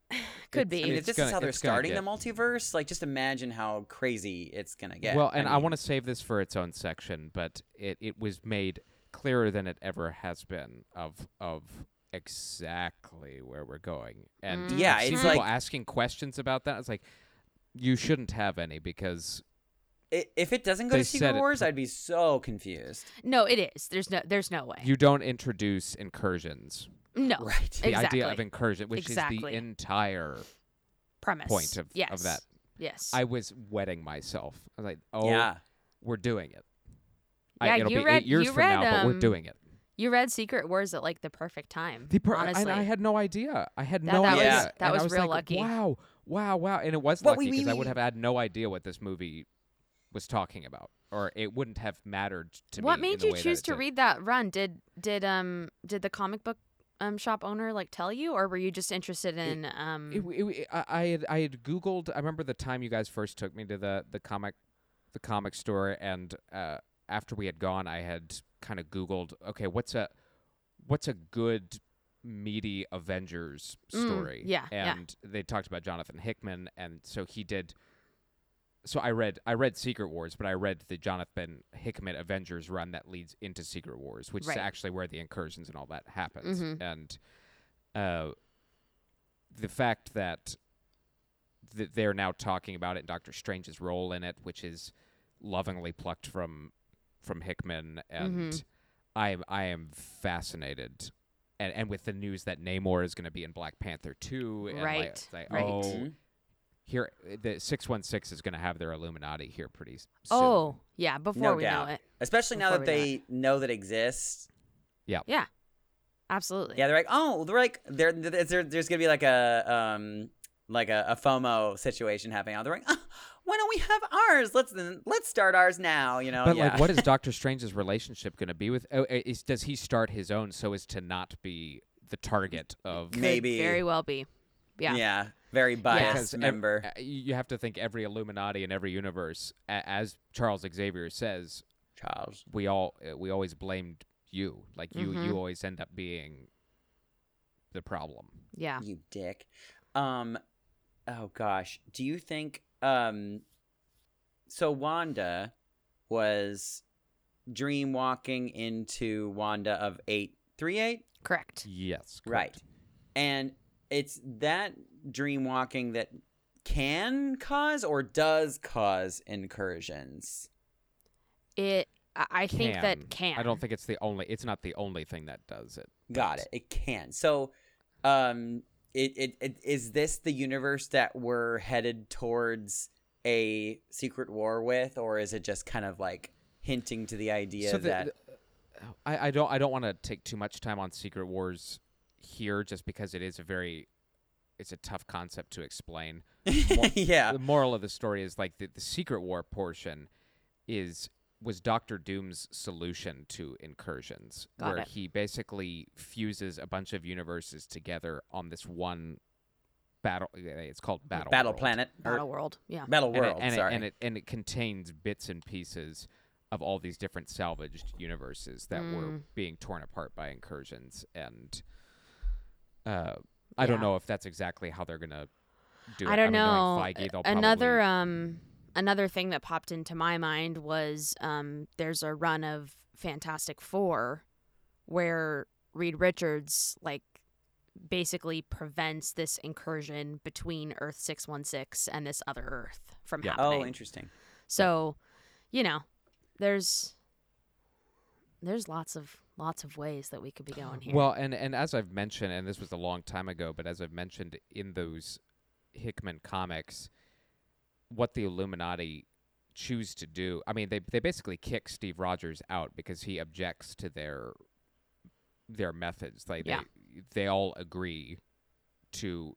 Speaker 1: could
Speaker 2: It's-
Speaker 1: be.
Speaker 3: I mean, if
Speaker 2: it's
Speaker 3: this is
Speaker 2: gonna-
Speaker 3: how they're
Speaker 2: it's gonna
Speaker 3: starting the
Speaker 2: get-
Speaker 3: multiverse, like just imagine how crazy it's going to get.
Speaker 2: Well, and I,
Speaker 3: mean,
Speaker 2: want to save this for its own section, but it, it was made clearer than it ever has been of of exactly where we're going. And
Speaker 3: Mm. Yeah,
Speaker 2: I've seen
Speaker 3: it's
Speaker 2: people
Speaker 3: like-
Speaker 2: asking questions about that. It's like you shouldn't have any because
Speaker 3: i- If it doesn't go
Speaker 2: They
Speaker 3: to
Speaker 2: said
Speaker 3: Secret
Speaker 2: it-
Speaker 3: Wars, I'd be so confused.
Speaker 1: no, it is. There's no there's no way.
Speaker 2: you don't introduce incursions.
Speaker 1: no.
Speaker 3: Right.
Speaker 2: The
Speaker 1: exactly.
Speaker 2: idea of incursion, which is
Speaker 1: Exactly.
Speaker 2: the entire
Speaker 1: premise
Speaker 2: point of,
Speaker 1: yes.
Speaker 2: of that.
Speaker 1: Yes.
Speaker 2: I was wetting myself. I was like, oh,
Speaker 3: Yeah.
Speaker 2: we're doing it.
Speaker 1: Yeah,
Speaker 2: I, it'll
Speaker 1: you
Speaker 2: be
Speaker 1: read-
Speaker 2: eight years
Speaker 1: you
Speaker 2: from now,
Speaker 1: read,
Speaker 2: but we're
Speaker 1: um,
Speaker 2: doing it.
Speaker 1: you read Secret Wars at like the perfect time.
Speaker 2: The per- and
Speaker 1: honestly,
Speaker 2: I had no idea. I had
Speaker 1: That-
Speaker 2: no
Speaker 1: that
Speaker 3: was-
Speaker 2: idea.
Speaker 3: Yeah.
Speaker 1: that
Speaker 2: And
Speaker 1: was
Speaker 2: I was
Speaker 1: real
Speaker 2: like,
Speaker 1: lucky.
Speaker 2: Wow, wow, wow. And it was
Speaker 3: What
Speaker 2: lucky
Speaker 3: we- we-
Speaker 2: because I would
Speaker 3: we-
Speaker 2: have had no idea what this movie was talking about, or it wouldn't have mattered to
Speaker 1: what
Speaker 2: me. in
Speaker 1: made
Speaker 2: the
Speaker 1: you
Speaker 2: way that
Speaker 1: choose
Speaker 2: it
Speaker 1: to
Speaker 2: did.
Speaker 1: read that run? Did did um did the comic book um shop owner like tell you, or were you just interested in um?
Speaker 2: It, w- it, w- I I had I had Googled. I remember the time you guys first took me to the the comic, the comic store, and uh, after we had gone, I had kind of Googled. Okay, what's a what's a good meaty Avengers
Speaker 1: Mm,
Speaker 2: story?
Speaker 1: yeah, yeah.
Speaker 2: and they talked about Jonathan Hickman, and so he did. So I read I read Secret Wars, but I read the Jonathan Hickman Avengers run that leads into Secret Wars, which
Speaker 1: Right.
Speaker 2: is actually where the incursions and all that happens.
Speaker 1: Mhm.
Speaker 2: And uh, the fact that th- they're now talking about it, Doctor Strange's role in it, which is lovingly plucked from from Hickman, and
Speaker 1: Mm-hmm.
Speaker 2: I am I am fascinated, and and with the news that Namor is going to be in Black Panther two, and like,
Speaker 1: Right,
Speaker 2: it's like,
Speaker 1: right.
Speaker 2: oh,
Speaker 3: Mhm.
Speaker 2: here the six one six is going to have their Illuminati here pretty s- soon.
Speaker 1: oh yeah, before
Speaker 3: no
Speaker 1: we
Speaker 3: doubt.
Speaker 1: know it,
Speaker 3: Especially now
Speaker 1: Before
Speaker 3: that
Speaker 1: we know
Speaker 3: they know that exists.
Speaker 1: yeah, absolutely.
Speaker 3: Yeah, they're like, oh, they're like, they're, they're, there- there's gonna be like a um like a, a FOMO situation happening. They're like, oh, why don't we have ours? Let's let's start ours now. You know,
Speaker 2: But
Speaker 3: Oh, yeah.
Speaker 2: like, what is Doctor Strange's relationship going to be with? Oh, i- is, does he start his own so as to not be the target of?
Speaker 1: Could
Speaker 3: maybe-
Speaker 1: very well be. Yeah,
Speaker 3: very
Speaker 2: Because
Speaker 3: biased
Speaker 2: ev-
Speaker 3: member.
Speaker 2: uh, you have to think every Illuminati in every universe, a- as Charles Xavier says,
Speaker 3: Charles.
Speaker 2: we all uh, we always blamed you. Like you,
Speaker 1: Mhm.
Speaker 3: Mm-hmm.
Speaker 2: you always end up being the problem.
Speaker 1: yeah.
Speaker 3: You dick. Um, oh gosh, do you think um, so Wanda was dream walking into Wanda of eight three eight.
Speaker 1: Correct.
Speaker 2: Yes,
Speaker 3: Right. And it's that dream walking that can cause or does cause incursions.
Speaker 1: It. I- I think that can.
Speaker 2: I don't think it's the only. It's not the only thing that does it.
Speaker 3: Got
Speaker 2: but-
Speaker 3: it. It can. So um it, it, it is this the universe that we're headed towards a secret war with or is it just kind of like hinting to the idea
Speaker 2: so the-
Speaker 3: that
Speaker 2: the- I, I don't I don't want to take too much time on Secret Wars here, just because it is a very it's a tough concept to explain. Mo-
Speaker 3: Yeah.
Speaker 2: The moral of the story is like the, the Secret War portion is was Doctor Doom's solution to incursions,
Speaker 1: Got
Speaker 2: where
Speaker 1: it.
Speaker 2: he basically fuses a bunch of universes together on this one battle. It's called Battle
Speaker 3: Battle
Speaker 2: World.
Speaker 3: Planet or
Speaker 1: Battle World. Yeah.
Speaker 3: Battle
Speaker 2: And it-
Speaker 3: World.
Speaker 2: and
Speaker 3: sorry.
Speaker 2: It, and it and it contains bits and pieces of all these different salvaged universes that
Speaker 1: Mm.
Speaker 2: were being torn apart by incursions, and uh, I don't
Speaker 1: Yeah.
Speaker 2: know if that's exactly how they're gonna do it.
Speaker 1: I don't know.
Speaker 2: I mean, knowing Feige, they'll
Speaker 1: another
Speaker 2: probably-
Speaker 1: um another thing that popped into my mind was um there's a run of Fantastic 4 where Reed Richards like basically prevents this incursion between Earth 616 and this other Earth from
Speaker 2: Yeah.
Speaker 1: happening.
Speaker 3: oh, interesting.
Speaker 1: So, you know, there's there's lots of lots of ways that we could be going here.
Speaker 2: Well, and and as I've mentioned, and this was a long time ago, but as I've mentioned in those Hickman comics, what the Illuminati choose to do, I mean, they they basically kick Steve Rogers out because he objects to their their methods. Like
Speaker 1: Yeah.
Speaker 2: they they all agree to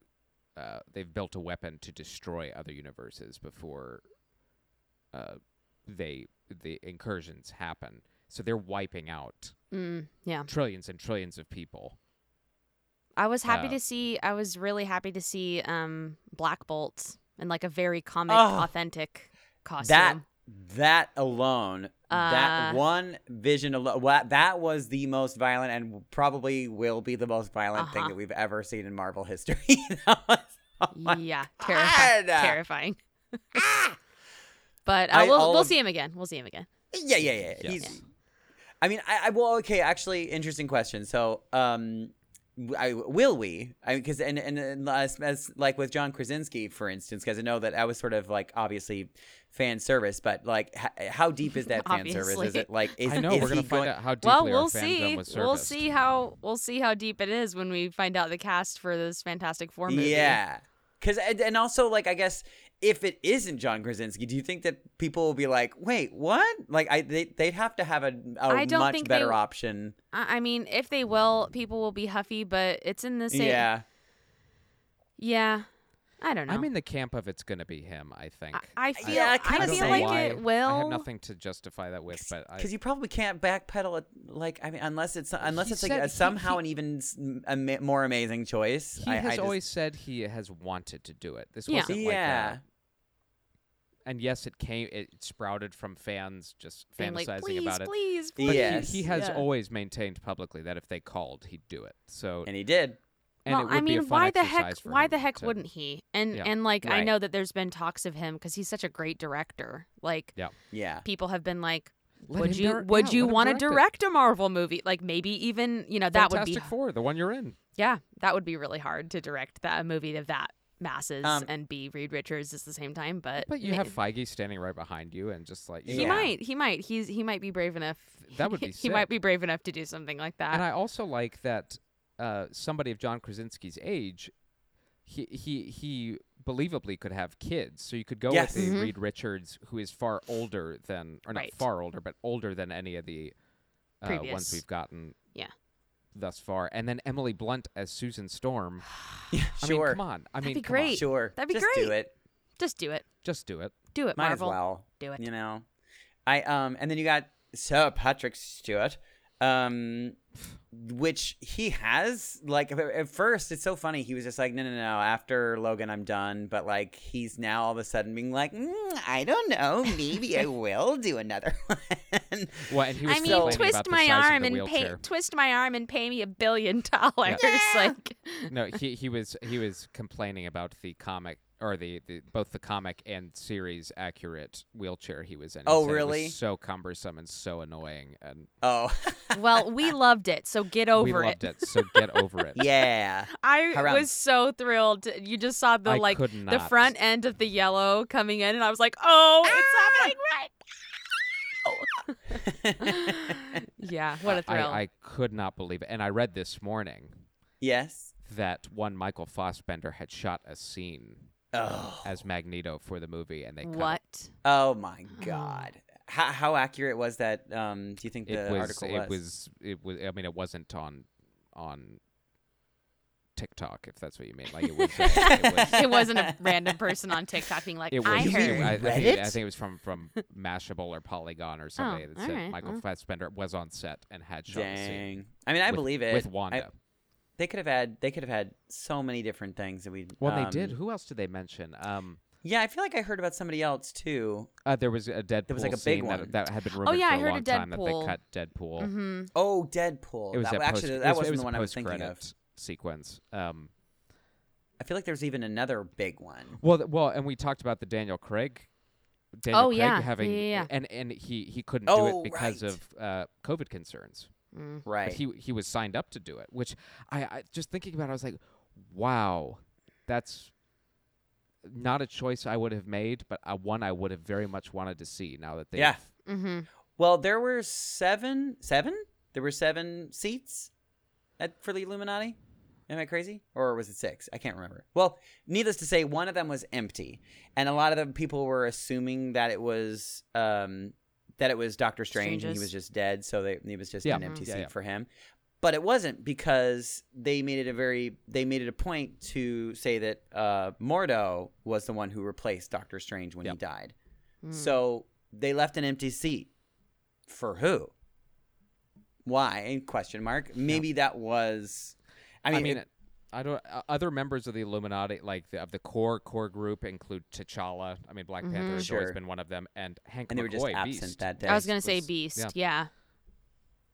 Speaker 2: uh, they've built a weapon to destroy other universes before uh, they the incursions happen. So they're wiping out
Speaker 1: mm, yeah.
Speaker 2: trillions and trillions of people.
Speaker 1: I was happy
Speaker 2: Uh,
Speaker 1: to see. I was really happy to see um, Black Bolt in like a very comic
Speaker 3: Oh.
Speaker 1: authentic costume.
Speaker 3: That that alone, that
Speaker 1: Uh,
Speaker 3: one vision alone, well, that was the most violent and probably will be the most violent thing
Speaker 1: Uh-huh.
Speaker 3: that we've ever seen in Marvel history. That was- oh my-
Speaker 1: yeah, terrifying.
Speaker 3: God. Ah!
Speaker 1: terrifying. but uh,
Speaker 3: I-
Speaker 1: we'll
Speaker 3: all
Speaker 1: we'll
Speaker 3: of-
Speaker 1: see him again. We'll see him again.
Speaker 3: yeah, yeah, yeah.
Speaker 2: Yes.
Speaker 3: He's, I mean, I, I well, okay. Actually, interesting question. So, um, w- I will we? I because and and, and as, as like with John Krasinski, for instance, because I know that I was sort of like obviously fan service, but like h- how deep is that fan service? Is
Speaker 1: Obviously.
Speaker 3: it like is,
Speaker 2: I know
Speaker 3: is
Speaker 2: we're gonna
Speaker 3: he
Speaker 2: find
Speaker 3: going-
Speaker 2: out how deeply
Speaker 1: Well, we'll
Speaker 2: our fandom
Speaker 1: see.
Speaker 2: was
Speaker 1: We'll
Speaker 2: serviced.
Speaker 1: see how we'll see how deep it is when we find out the cast for this Fantastic Four movie.
Speaker 3: Yeah. Cause and, and also like I guess if it isn't John Krasinski, do you think that people will be like, wait, what? Like I they they'd have to have a, a
Speaker 1: I don't
Speaker 3: much
Speaker 1: think
Speaker 3: better
Speaker 1: they-
Speaker 3: option.
Speaker 1: I, I mean, if they will, people will be huffy, but it's in the same.
Speaker 3: Yeah.
Speaker 1: Yeah. I don't know.
Speaker 2: I'm in the camp of it's gonna be him. I think.
Speaker 1: I, I feel.
Speaker 3: Yeah,
Speaker 1: I,
Speaker 3: kinda
Speaker 1: feel
Speaker 3: same.
Speaker 1: like
Speaker 2: why.
Speaker 1: it will.
Speaker 2: I have nothing to justify that with, but I,
Speaker 3: Because you probably can't backpedal it, like I mean, unless it's unless
Speaker 2: He
Speaker 3: it's like
Speaker 2: said
Speaker 3: a,
Speaker 2: he-
Speaker 3: somehow
Speaker 2: he-
Speaker 3: an even s- m- ama- more amazing choice.
Speaker 2: he
Speaker 3: I,
Speaker 2: has
Speaker 3: I just-
Speaker 2: always said he has wanted to do it. This
Speaker 1: Yeah.
Speaker 2: wasn't like
Speaker 3: yeah.
Speaker 2: a- and yes, it came. It sprouted from fans just
Speaker 1: being like,
Speaker 2: fantasizing
Speaker 1: please,
Speaker 2: about it.
Speaker 1: please,
Speaker 3: But
Speaker 1: please.
Speaker 2: He-
Speaker 3: Yes.
Speaker 2: He, has
Speaker 1: Yeah.
Speaker 2: always maintained publicly that if they called, he'd do it. So
Speaker 3: and he did.
Speaker 2: and
Speaker 1: well,
Speaker 2: it would
Speaker 1: I mean,
Speaker 2: be a fun
Speaker 1: why the heck?
Speaker 2: exercise for
Speaker 1: Why
Speaker 2: him
Speaker 1: the heck
Speaker 2: to-
Speaker 1: wouldn't he? And
Speaker 2: Yeah.
Speaker 1: and like I
Speaker 3: Right.
Speaker 1: know that there's been talks of him because he's such a great director. Like
Speaker 2: Yeah.
Speaker 3: Yeah.
Speaker 1: people have been like,
Speaker 2: Let
Speaker 1: would
Speaker 2: him
Speaker 1: you
Speaker 2: direct-
Speaker 1: would
Speaker 2: yeah,
Speaker 1: you
Speaker 2: let him
Speaker 1: want to
Speaker 2: direct it.
Speaker 1: direct a Marvel movie? Like maybe even you know that
Speaker 2: Fantastic
Speaker 1: would be
Speaker 2: Four, the one you're in.
Speaker 1: yeah that would be really hard to direct that a movie of that masses
Speaker 3: Um,
Speaker 1: and be Reed Richards at the same time. But
Speaker 2: But you
Speaker 1: ma-
Speaker 2: have Feige standing right behind you, and just like you
Speaker 1: he
Speaker 3: Yeah.
Speaker 2: know,
Speaker 1: might he might he's he might be brave enough.
Speaker 2: That would be
Speaker 1: he might
Speaker 2: sick.
Speaker 1: be brave enough to do something like that.
Speaker 2: And I also like that uh, somebody of John Krasinski's age, he he he believably could have kids. So you could go
Speaker 3: Yes.
Speaker 2: with a
Speaker 1: Mhm.
Speaker 2: Reed Richards who is far older than, or not
Speaker 1: Right.
Speaker 2: far older, but older than any of the uh, ones
Speaker 1: Previous.
Speaker 2: we've gotten.
Speaker 1: Yeah.
Speaker 2: Thus far, and then Emily Blunt as Susan Storm. I
Speaker 3: sure.
Speaker 2: mean, come on. I mean,
Speaker 1: be
Speaker 2: come on.
Speaker 1: great.
Speaker 3: Sure.
Speaker 1: That'd be
Speaker 3: Just do
Speaker 1: great.
Speaker 3: it.
Speaker 1: Just do it.
Speaker 2: Just do it.
Speaker 1: Do it,
Speaker 3: Might
Speaker 1: Marvel.
Speaker 3: as well.
Speaker 1: Do it.
Speaker 3: You know. I um and then you got Sir Patrick Stewart. Um which he has like at- at first it's so funny he was just like no no no after Logan I'm done but like he's now all of a sudden being like mm, I don't know maybe I will do another one
Speaker 2: Well, and he was
Speaker 1: I mean,
Speaker 2: complaining about
Speaker 1: twist
Speaker 2: the
Speaker 1: my
Speaker 2: size of
Speaker 1: arm
Speaker 2: the
Speaker 1: and pay,
Speaker 2: wheelchair.
Speaker 1: twist my arm and pay me a billion dollars. Like,
Speaker 2: No, he he was he was complaining about the comic or the, the both the comic and series accurate wheelchair he was in. He
Speaker 3: Oh,
Speaker 2: said it was
Speaker 3: really?
Speaker 2: so cumbersome and so annoying, and
Speaker 3: oh
Speaker 1: well, we loved it, so get over
Speaker 2: we
Speaker 1: it.
Speaker 2: loved it. So get over it.
Speaker 3: yeah
Speaker 1: I
Speaker 3: Haram.
Speaker 1: was so thrilled. You just saw the
Speaker 2: I
Speaker 1: like
Speaker 2: could
Speaker 1: the
Speaker 2: not.
Speaker 1: front end of the yellow coming in, and I was like, oh, it's happening right. now. yeah, what a
Speaker 2: I,
Speaker 1: thrill.
Speaker 2: I could not believe it, and I read this morning
Speaker 3: yes
Speaker 2: that one Michael Fossbender had shot a scene
Speaker 3: oh
Speaker 2: as Magneto for the movie, and they cut it.
Speaker 1: what?
Speaker 3: oh my god how how accurate was that um do you think
Speaker 2: it
Speaker 3: the
Speaker 2: was
Speaker 3: article
Speaker 2: it was it was I mean it wasn't on on TikTok, if that's what you mean. Like it was. uh, it was
Speaker 6: it wasn't a random person on TikTok being like,
Speaker 2: it was
Speaker 6: I
Speaker 3: You mean
Speaker 6: heard.
Speaker 3: we
Speaker 2: I, I
Speaker 3: read
Speaker 2: think, it- I
Speaker 3: it?
Speaker 2: think it was from from Mashable or Polygon or something that
Speaker 1: all
Speaker 2: said
Speaker 1: right,
Speaker 2: Michael
Speaker 1: well.
Speaker 2: Fassbender was on set and had shot the scene
Speaker 3: Dang. I mean, I
Speaker 2: with-
Speaker 3: believe it.
Speaker 2: with
Speaker 3: I-
Speaker 2: Wanda.
Speaker 3: they could have had. They could have had so many different things that we.
Speaker 2: well, they
Speaker 3: um,
Speaker 2: did. Who else did they mention? Um,
Speaker 3: Yeah, I feel like I heard about somebody else too.
Speaker 2: uh, there was a Deadpool.
Speaker 3: There was, like, a
Speaker 2: scene
Speaker 3: big one.
Speaker 2: that, that had been rumored
Speaker 6: yeah,
Speaker 2: for
Speaker 6: I heard a
Speaker 2: long time that they
Speaker 6: Deadpool.
Speaker 2: cut Deadpool.
Speaker 6: Mm-hmm.
Speaker 3: Oh, Deadpool.
Speaker 2: It was
Speaker 3: that,
Speaker 2: a
Speaker 3: actually
Speaker 2: post-
Speaker 3: that
Speaker 2: it was,
Speaker 3: wasn't
Speaker 2: it was
Speaker 3: the
Speaker 2: a
Speaker 3: one I was thinking of.
Speaker 2: post-credit Sequence. Um,
Speaker 3: I feel like there's even another big one.
Speaker 2: Well, th- well, and we talked about the Daniel Craig. Daniel
Speaker 1: Oh,
Speaker 2: Craig
Speaker 1: yeah.
Speaker 2: having
Speaker 1: Yeah, yeah, yeah.
Speaker 2: and and he he couldn't do
Speaker 3: Oh,
Speaker 2: it because
Speaker 3: right.
Speaker 2: of uh, COVID concerns.
Speaker 1: Mm-hmm.
Speaker 2: But
Speaker 3: Right.
Speaker 2: he he was signed up to do it, which I, I just thinking about. it, I was like, wow, that's not a choice I would have made, but a one I would have very much wanted to see. Now that they
Speaker 3: Yeah.
Speaker 1: Mm-hmm.
Speaker 3: Well, there were seven, seven. There were seven seats at for the Illuminati. Am I crazy, or was it six? I can't remember. Well, needless to say, one of them was empty, and a lot of the people were assuming that it was um, that it was Doctor Strange, and he
Speaker 1: Strange's.
Speaker 3: was just dead, so they, it was just
Speaker 2: Yeah.
Speaker 3: an empty
Speaker 2: Mhm. Yeah,
Speaker 3: seat
Speaker 2: yeah.
Speaker 3: for him. But it wasn't because they made it a very they made it a point to say that uh, Mordo was the one who replaced Doctor Strange when he
Speaker 2: Yep.
Speaker 3: died.
Speaker 2: Mm.
Speaker 3: So they left an empty seat. For who? Why? Question mark. Maybe that was. I mean, it-
Speaker 2: I don't. uh, Other members of the Illuminati, like the, of the core core group, include T'Challa. I mean, Black Panther has always
Speaker 3: Mm-hmm. Sure.
Speaker 2: been one of them, and Hank
Speaker 3: and they
Speaker 2: McCoy,
Speaker 3: were just absent
Speaker 2: Beast.
Speaker 3: that day.
Speaker 1: I was gonna say
Speaker 2: was-
Speaker 1: Beast.
Speaker 2: yeah.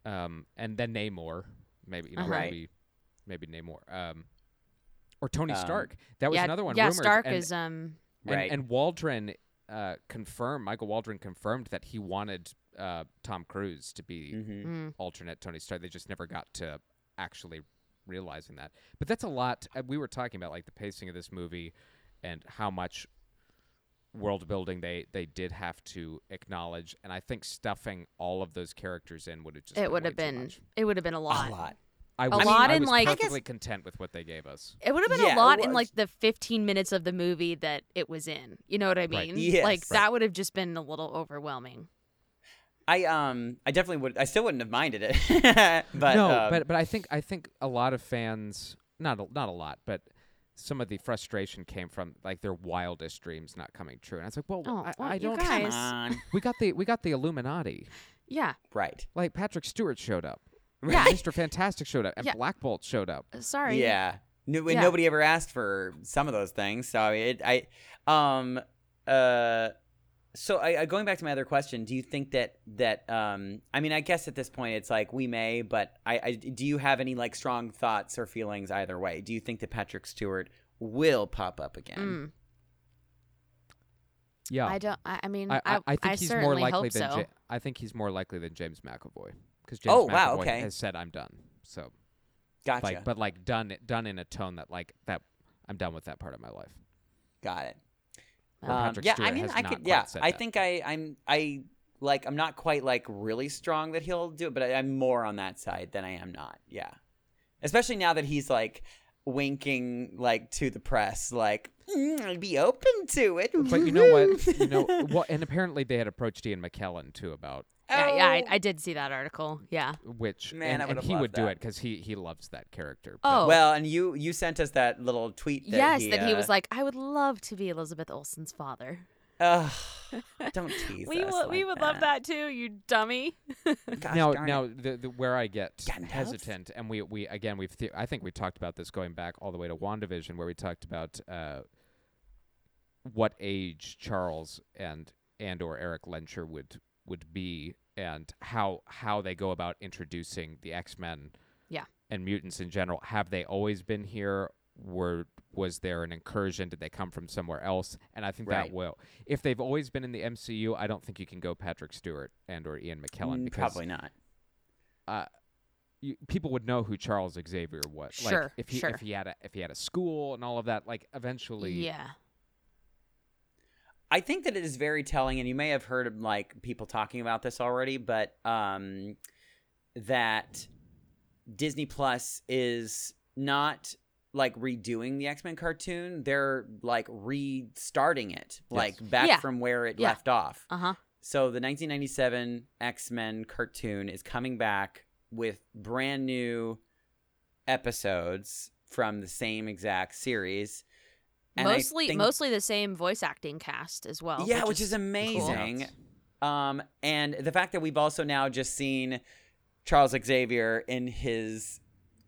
Speaker 1: Yeah.
Speaker 2: um, and then Namor, maybe you know,
Speaker 1: Uh-huh.
Speaker 3: Right.
Speaker 2: maybe maybe Namor, um, or Tony
Speaker 3: Um,
Speaker 2: Stark. That was
Speaker 1: yeah,
Speaker 2: another one.
Speaker 1: Yeah,
Speaker 2: rumored,
Speaker 1: Stark
Speaker 2: and,
Speaker 1: is um.
Speaker 2: and,
Speaker 3: Right.
Speaker 2: and Waldron uh, confirmed. Michael Waldron confirmed that he wanted uh, Tom Cruise to be
Speaker 3: Mhm.
Speaker 1: mm.
Speaker 2: alternate Tony Stark. They just never got to actually realizing that. But that's a lot. uh, We were talking about like the pacing of this movie and how much world building they they did have to acknowledge. And I think stuffing all of those characters in would have just
Speaker 1: It
Speaker 2: been
Speaker 1: would
Speaker 2: way
Speaker 1: have
Speaker 2: too
Speaker 1: been.
Speaker 2: much.
Speaker 1: It would have been a lot.
Speaker 3: a lot.
Speaker 2: I was,
Speaker 1: lot
Speaker 2: I
Speaker 1: in,
Speaker 2: was
Speaker 1: like- I guess-
Speaker 2: perfectly content with what they gave us.
Speaker 1: It would have been
Speaker 3: Yeah,
Speaker 1: a lot in
Speaker 3: well,
Speaker 1: like the 15 minutes of the movie that it was in. You know what I
Speaker 2: Right.
Speaker 1: mean?
Speaker 3: Yes.
Speaker 1: Like
Speaker 3: Right.
Speaker 1: that would have just been a little overwhelming.
Speaker 3: I um, I definitely would. I still wouldn't have minded it. but
Speaker 2: no,
Speaker 3: um,
Speaker 2: but but I think I think a lot of fans, not a, not a lot, but some of the frustration came from like their wildest dreams not coming true. And I was like, well,
Speaker 1: Oh,
Speaker 2: I,
Speaker 1: well,
Speaker 2: I
Speaker 1: you
Speaker 2: don't.
Speaker 1: guys-
Speaker 3: come on.
Speaker 2: We got the we got the Illuminati.
Speaker 1: Yeah.
Speaker 3: right.
Speaker 2: Like Patrick Stewart showed up.
Speaker 1: Yeah.
Speaker 2: Mr. Fantastic showed up, and
Speaker 1: Yeah.
Speaker 2: Black Bolt showed up.
Speaker 1: Uh, Sorry.
Speaker 3: Yeah. No, and
Speaker 1: Yeah.
Speaker 3: Nobody ever asked for some of those things. So I mean, it, I, um, uh, so I, I, going back to my other question, do you think that that um, I mean, I guess at this point it's like we may, but I, I do you have any like strong thoughts or feelings either way? Do you think that Patrick Stewart will pop up again?
Speaker 1: Mm.
Speaker 2: Yeah,
Speaker 1: I don't. I, I mean,
Speaker 2: I, I, I think he's more
Speaker 1: certainly
Speaker 2: likely
Speaker 1: hope
Speaker 2: than
Speaker 1: so.
Speaker 2: Ja- I think he's more likely than James McAvoy because James
Speaker 3: Oh,
Speaker 2: McAvoy
Speaker 3: wow, okay.
Speaker 2: has said I'm done. So
Speaker 3: Gotcha.
Speaker 2: like, but like done done in a tone that like that I'm done with that part of my life.
Speaker 3: Got it.
Speaker 2: Where
Speaker 3: Um,
Speaker 2: Patrick
Speaker 3: yeah,
Speaker 2: Stewart
Speaker 3: I mean,
Speaker 2: has
Speaker 3: I
Speaker 2: not
Speaker 3: could.
Speaker 2: quite
Speaker 3: Yeah,
Speaker 2: said
Speaker 3: I
Speaker 2: that.
Speaker 3: think I, I'm. I like. I'm not quite like really strong that he'll do it, but I, I'm more on that side than I am not. Yeah, especially now that he's like winking like to the press, like "Mm, I'd be open to it.
Speaker 2: But you know what? You know what? And apparently they had approached Ian McKellen too about
Speaker 1: Yeah, yeah I,
Speaker 3: Oh.
Speaker 1: I did see that article. Yeah.
Speaker 2: which
Speaker 3: Man,
Speaker 2: and,
Speaker 3: I would've
Speaker 2: and he
Speaker 3: loved
Speaker 2: would do
Speaker 3: that.
Speaker 2: it because he he loves that character. but-
Speaker 1: Oh.
Speaker 3: Well, and you you sent us that little tweet. That
Speaker 1: yes,
Speaker 3: he,
Speaker 1: that he
Speaker 3: uh,
Speaker 1: was like, I would love to be Elizabeth Olsen's father.
Speaker 3: Ugh, don't tease
Speaker 1: we
Speaker 3: us
Speaker 1: will, we
Speaker 3: like
Speaker 1: would love that too, you dummy.
Speaker 3: Gosh
Speaker 2: now,
Speaker 3: darn it.
Speaker 2: now the, the where I get
Speaker 3: Gandalf?
Speaker 2: hesitant, and we we again we've the- I think we talked about this going back all the way to Wandavision, where we talked about uh, what age Charles and and or Eric Lencher would would be, and how how they go about introducing the X Men,
Speaker 1: Yeah.
Speaker 2: and mutants in general. Have they always been here? Were was there an incursion? Did they come from somewhere else? And I think
Speaker 3: Right.
Speaker 2: that will, if they've always been in the MCU, I don't think you can go Patrick Stewart and or Ian McKellen
Speaker 3: Mm,
Speaker 2: because
Speaker 3: probably not.
Speaker 2: uh, you, people would know who Charles Xavier was. like,
Speaker 1: Sure,
Speaker 2: if he
Speaker 1: sure.
Speaker 2: if he had a if he had a school and all of that, like eventually,
Speaker 1: Yeah.
Speaker 3: I think that it is very telling, and you may have heard like people talking about this already, but um, that Disney Plus is not like redoing the X Men cartoon; they're like restarting it, like back
Speaker 1: Yeah.
Speaker 3: from where it
Speaker 1: Yeah.
Speaker 3: left off.
Speaker 1: Uh huh.
Speaker 3: So the 1997 X Men cartoon is coming back with brand new episodes from the same exact series. And I
Speaker 1: mostly,
Speaker 3: think-
Speaker 1: mostly the same voice acting cast as well.
Speaker 3: yeah, which, is, amazing. Um, and the fact that we've also now just seen Charles Xavier in his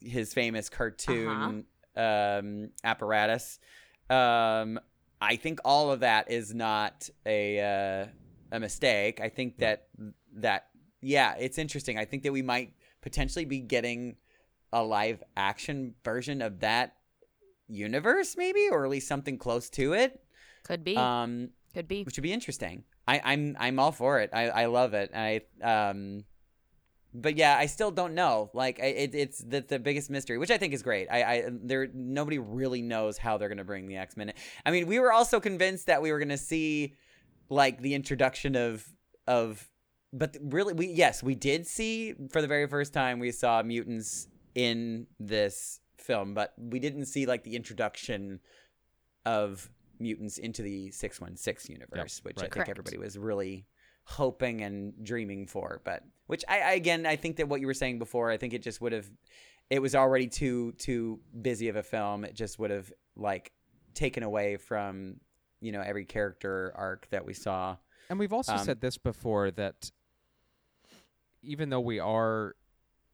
Speaker 3: his famous cartoon um, apparatus. Um, I think all of that is not a uh, a mistake. I think that that yeah, it's interesting. I think that we might potentially be getting a live action version of that universe, maybe, or at least something close to it.
Speaker 1: could be,
Speaker 3: Um,
Speaker 1: could be.
Speaker 3: which would be interesting. I, I'm I'm all for it. I, I love it. I um, but yeah, I still don't know. Like I, it, it's the the biggest mystery, which I think is great. I, I there nobody really knows how they're gonna bring the X Men. I mean, we were also convinced that we were gonna see like the introduction of of, but really we yes we did see for the very first time we saw mutants in this film, but we didn't see like the introduction of mutants into the 616 universe, which
Speaker 2: right.
Speaker 3: I think
Speaker 1: Correct.
Speaker 3: everybody was really hoping and dreaming for. But which I, I again, I think that what you were saying before, I think it just would have, it was already too too busy of a film. It just would have like taken away from you know every character arc that we saw.
Speaker 2: And we've also
Speaker 3: Um,
Speaker 2: said this before that even though we are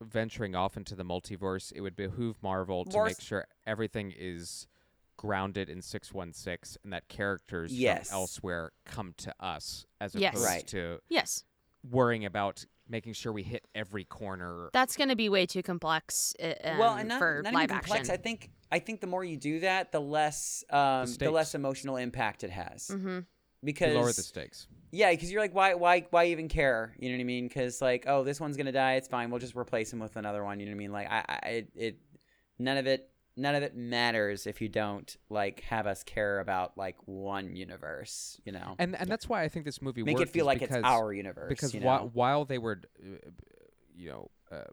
Speaker 2: venturing off into the multiverse, it would behoove Marvel to
Speaker 3: Verse.
Speaker 2: make sure everything is grounded in 616 and that characters
Speaker 3: Yes.
Speaker 2: from elsewhere come to us as
Speaker 1: Yes.
Speaker 2: opposed
Speaker 3: Right.
Speaker 2: to
Speaker 1: Yes,
Speaker 2: worrying about making sure we hit every corner.
Speaker 1: that's going to be way too complex. Uh, um, for live action.
Speaker 3: I think I think the more you do that, the less um, the,
Speaker 2: stakes.
Speaker 3: less emotional impact it has.
Speaker 1: mm-hmm.
Speaker 3: Because
Speaker 2: We lower the stakes.
Speaker 3: Yeah, because you're like, why, why, why even care? You know what I mean? Because like, oh, this one's gonna die. It's fine. We'll just replace him with another one. You know what I mean? Like, I, I it, it, none of it, none of it matters if you don't like have us care about like one universe. You know,
Speaker 2: And and that's why I think this movie
Speaker 3: make it
Speaker 2: worked
Speaker 3: feel
Speaker 2: is
Speaker 3: like
Speaker 2: because,
Speaker 3: it's our universe.
Speaker 2: because
Speaker 3: you
Speaker 2: whi-
Speaker 3: know?
Speaker 2: while they were uh, you know uh,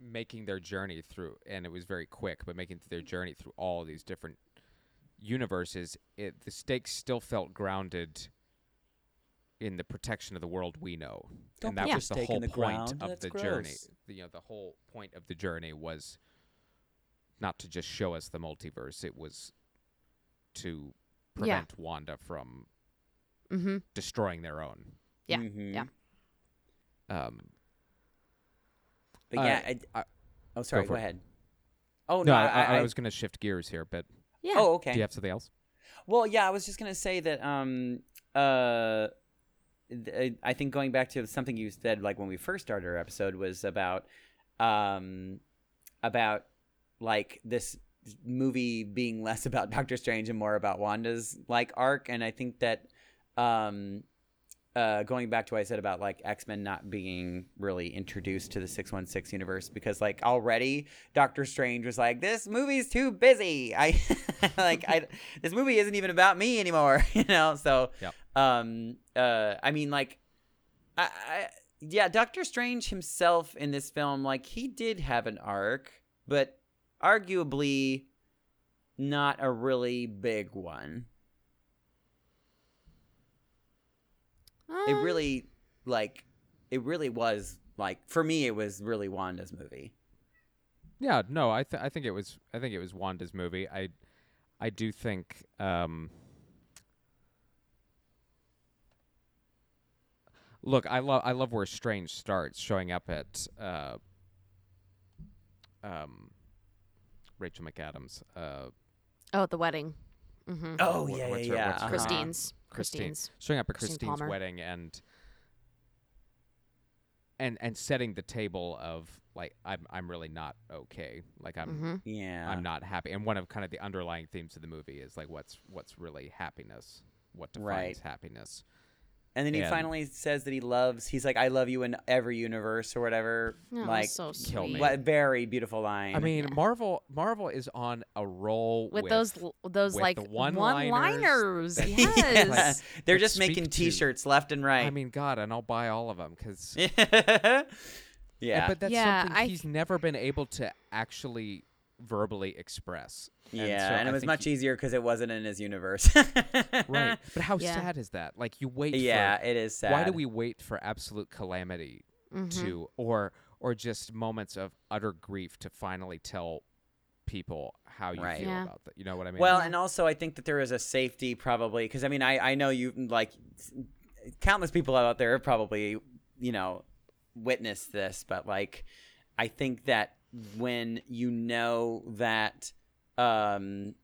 Speaker 2: making their journey through and it was very quick but making their journey through all these different universes it, the stakes still felt grounded in the protection of the world we know
Speaker 3: Don't
Speaker 2: and that
Speaker 3: put
Speaker 2: was the
Speaker 3: your stake in
Speaker 2: whole
Speaker 3: the
Speaker 2: point
Speaker 3: ground.
Speaker 2: of
Speaker 3: That's
Speaker 2: the journey
Speaker 3: gross.
Speaker 2: The- you know the whole point of the journey was not to just show us the multiverse it was to
Speaker 1: Yeah.
Speaker 2: prevent wanda from
Speaker 1: Mm-hmm.
Speaker 2: destroying their own
Speaker 1: yeah,
Speaker 3: Mhm.
Speaker 1: yeah.
Speaker 2: um,
Speaker 3: But
Speaker 2: uh,
Speaker 3: yeah, I,
Speaker 2: I-
Speaker 3: oh, sorry.
Speaker 2: for
Speaker 3: Go,
Speaker 2: it.
Speaker 3: ahead. Oh
Speaker 2: no, I, I, I was going to shift gears here, but
Speaker 1: Yeah.
Speaker 3: Oh, okay.
Speaker 2: do you have something else?
Speaker 3: Well, yeah, I was just gonna say that. Um, uh, th- I think going back to something you said, like when we first started our episode, was about, um, about like this movie being less about Doctor Strange and more about Wanda's like arc, and I think that, um. Uh, going back to what I said about like X Men not being really introduced to the six one six universe because like already Doctor Strange was like, "This movie's too busy. I like I this movie isn't even about me anymore." You know, so
Speaker 2: Yep.
Speaker 3: um, uh, I mean, like, I, I yeah, Doctor Strange himself in this film, like, he did have an arc, but arguably not a really big one. It
Speaker 1: Um,
Speaker 3: really like it really was like for me, it was really Wanda's movie.
Speaker 2: Yeah, no, I th- I think it was I think it was Wanda's movie. I I do think um, look, I love I love where Strange starts showing up at uh, um, Rachel McAdams, uh,
Speaker 1: Oh, the wedding. Mm-hmm.
Speaker 3: Oh
Speaker 2: What-
Speaker 3: yeah,
Speaker 2: what's
Speaker 3: yeah,
Speaker 2: her-
Speaker 3: yeah.
Speaker 2: what's her
Speaker 3: uh-huh.
Speaker 2: name?
Speaker 1: Christine's.
Speaker 2: Christine,
Speaker 1: Christine's.
Speaker 2: showing up at
Speaker 1: Christine
Speaker 2: Christine's
Speaker 1: Palmer.
Speaker 2: wedding and and and setting the table of like I'm I'm really not okay. Like I'm
Speaker 1: Mm-hmm.
Speaker 3: Yeah,
Speaker 2: I'm not happy. And one of kind of the underlying themes of the movie is like what's what's really happiness? What defines
Speaker 3: Right.
Speaker 2: happiness?
Speaker 3: And then he
Speaker 2: And-
Speaker 3: finally says that he loves. He's like, "I love you in every universe" or whatever.
Speaker 1: Oh,
Speaker 3: like,
Speaker 1: so sweet.
Speaker 2: kill me.
Speaker 3: what very beautiful line.
Speaker 2: I mean, Marvel Marvel is on a roll
Speaker 1: With, those l- those
Speaker 2: with
Speaker 1: like
Speaker 2: the one-liners
Speaker 1: one-liners.
Speaker 2: that-
Speaker 1: Yes.
Speaker 3: Yeah. they're
Speaker 2: That
Speaker 3: just
Speaker 2: speak
Speaker 3: making
Speaker 2: to-
Speaker 3: T-shirts left and right.
Speaker 2: I mean, God, and I'll buy all of them because
Speaker 3: yeah,
Speaker 2: but that's
Speaker 1: Yeah,
Speaker 2: something
Speaker 1: I-
Speaker 2: he's never been able to actually verbally express.
Speaker 3: yeah,
Speaker 2: and,
Speaker 3: and,
Speaker 2: so
Speaker 3: it
Speaker 2: I
Speaker 3: was
Speaker 2: think
Speaker 3: much
Speaker 2: he-
Speaker 3: easier because it wasn't in his universe.
Speaker 2: Right, but how
Speaker 1: Yeah.
Speaker 2: sad is that? Like you wait.
Speaker 3: Yeah,
Speaker 2: for,
Speaker 3: it is sad.
Speaker 2: Why do we wait for absolute calamity
Speaker 1: Mhm.
Speaker 2: to or or just moments of utter grief to finally tell people how you
Speaker 3: Right.
Speaker 2: feel
Speaker 1: Yeah.
Speaker 2: about that. You know what I mean?
Speaker 3: Well, and also I think that there is a safety probably because I mean I I know you like s- countless people out there have probably you know witnessed this, but like I think that when you know that um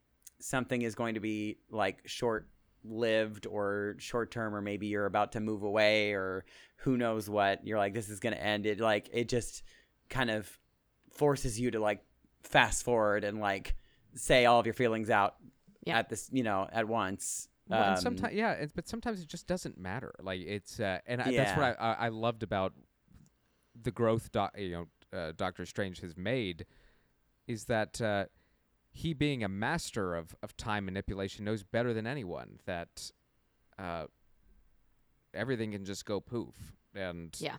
Speaker 3: something is going to be like short lived or short term or maybe you're about to move away or who knows what you're like this is going to end it like it just kind of forces you to like fast forward and like say all of your feelings out
Speaker 1: Yeah.
Speaker 3: at this you know at once
Speaker 2: Well, and
Speaker 3: Um,
Speaker 2: sometimes, yeah, it's, but sometimes it just doesn't matter. Like it's, uh, and I, that's
Speaker 3: Yeah.
Speaker 2: what I, I, I loved about the growth. Doc, you know, uh, Doctor Strange has made is that uh, he, being a master of of time manipulation, knows better than anyone that uh, everything can just go poof, and
Speaker 1: Yeah.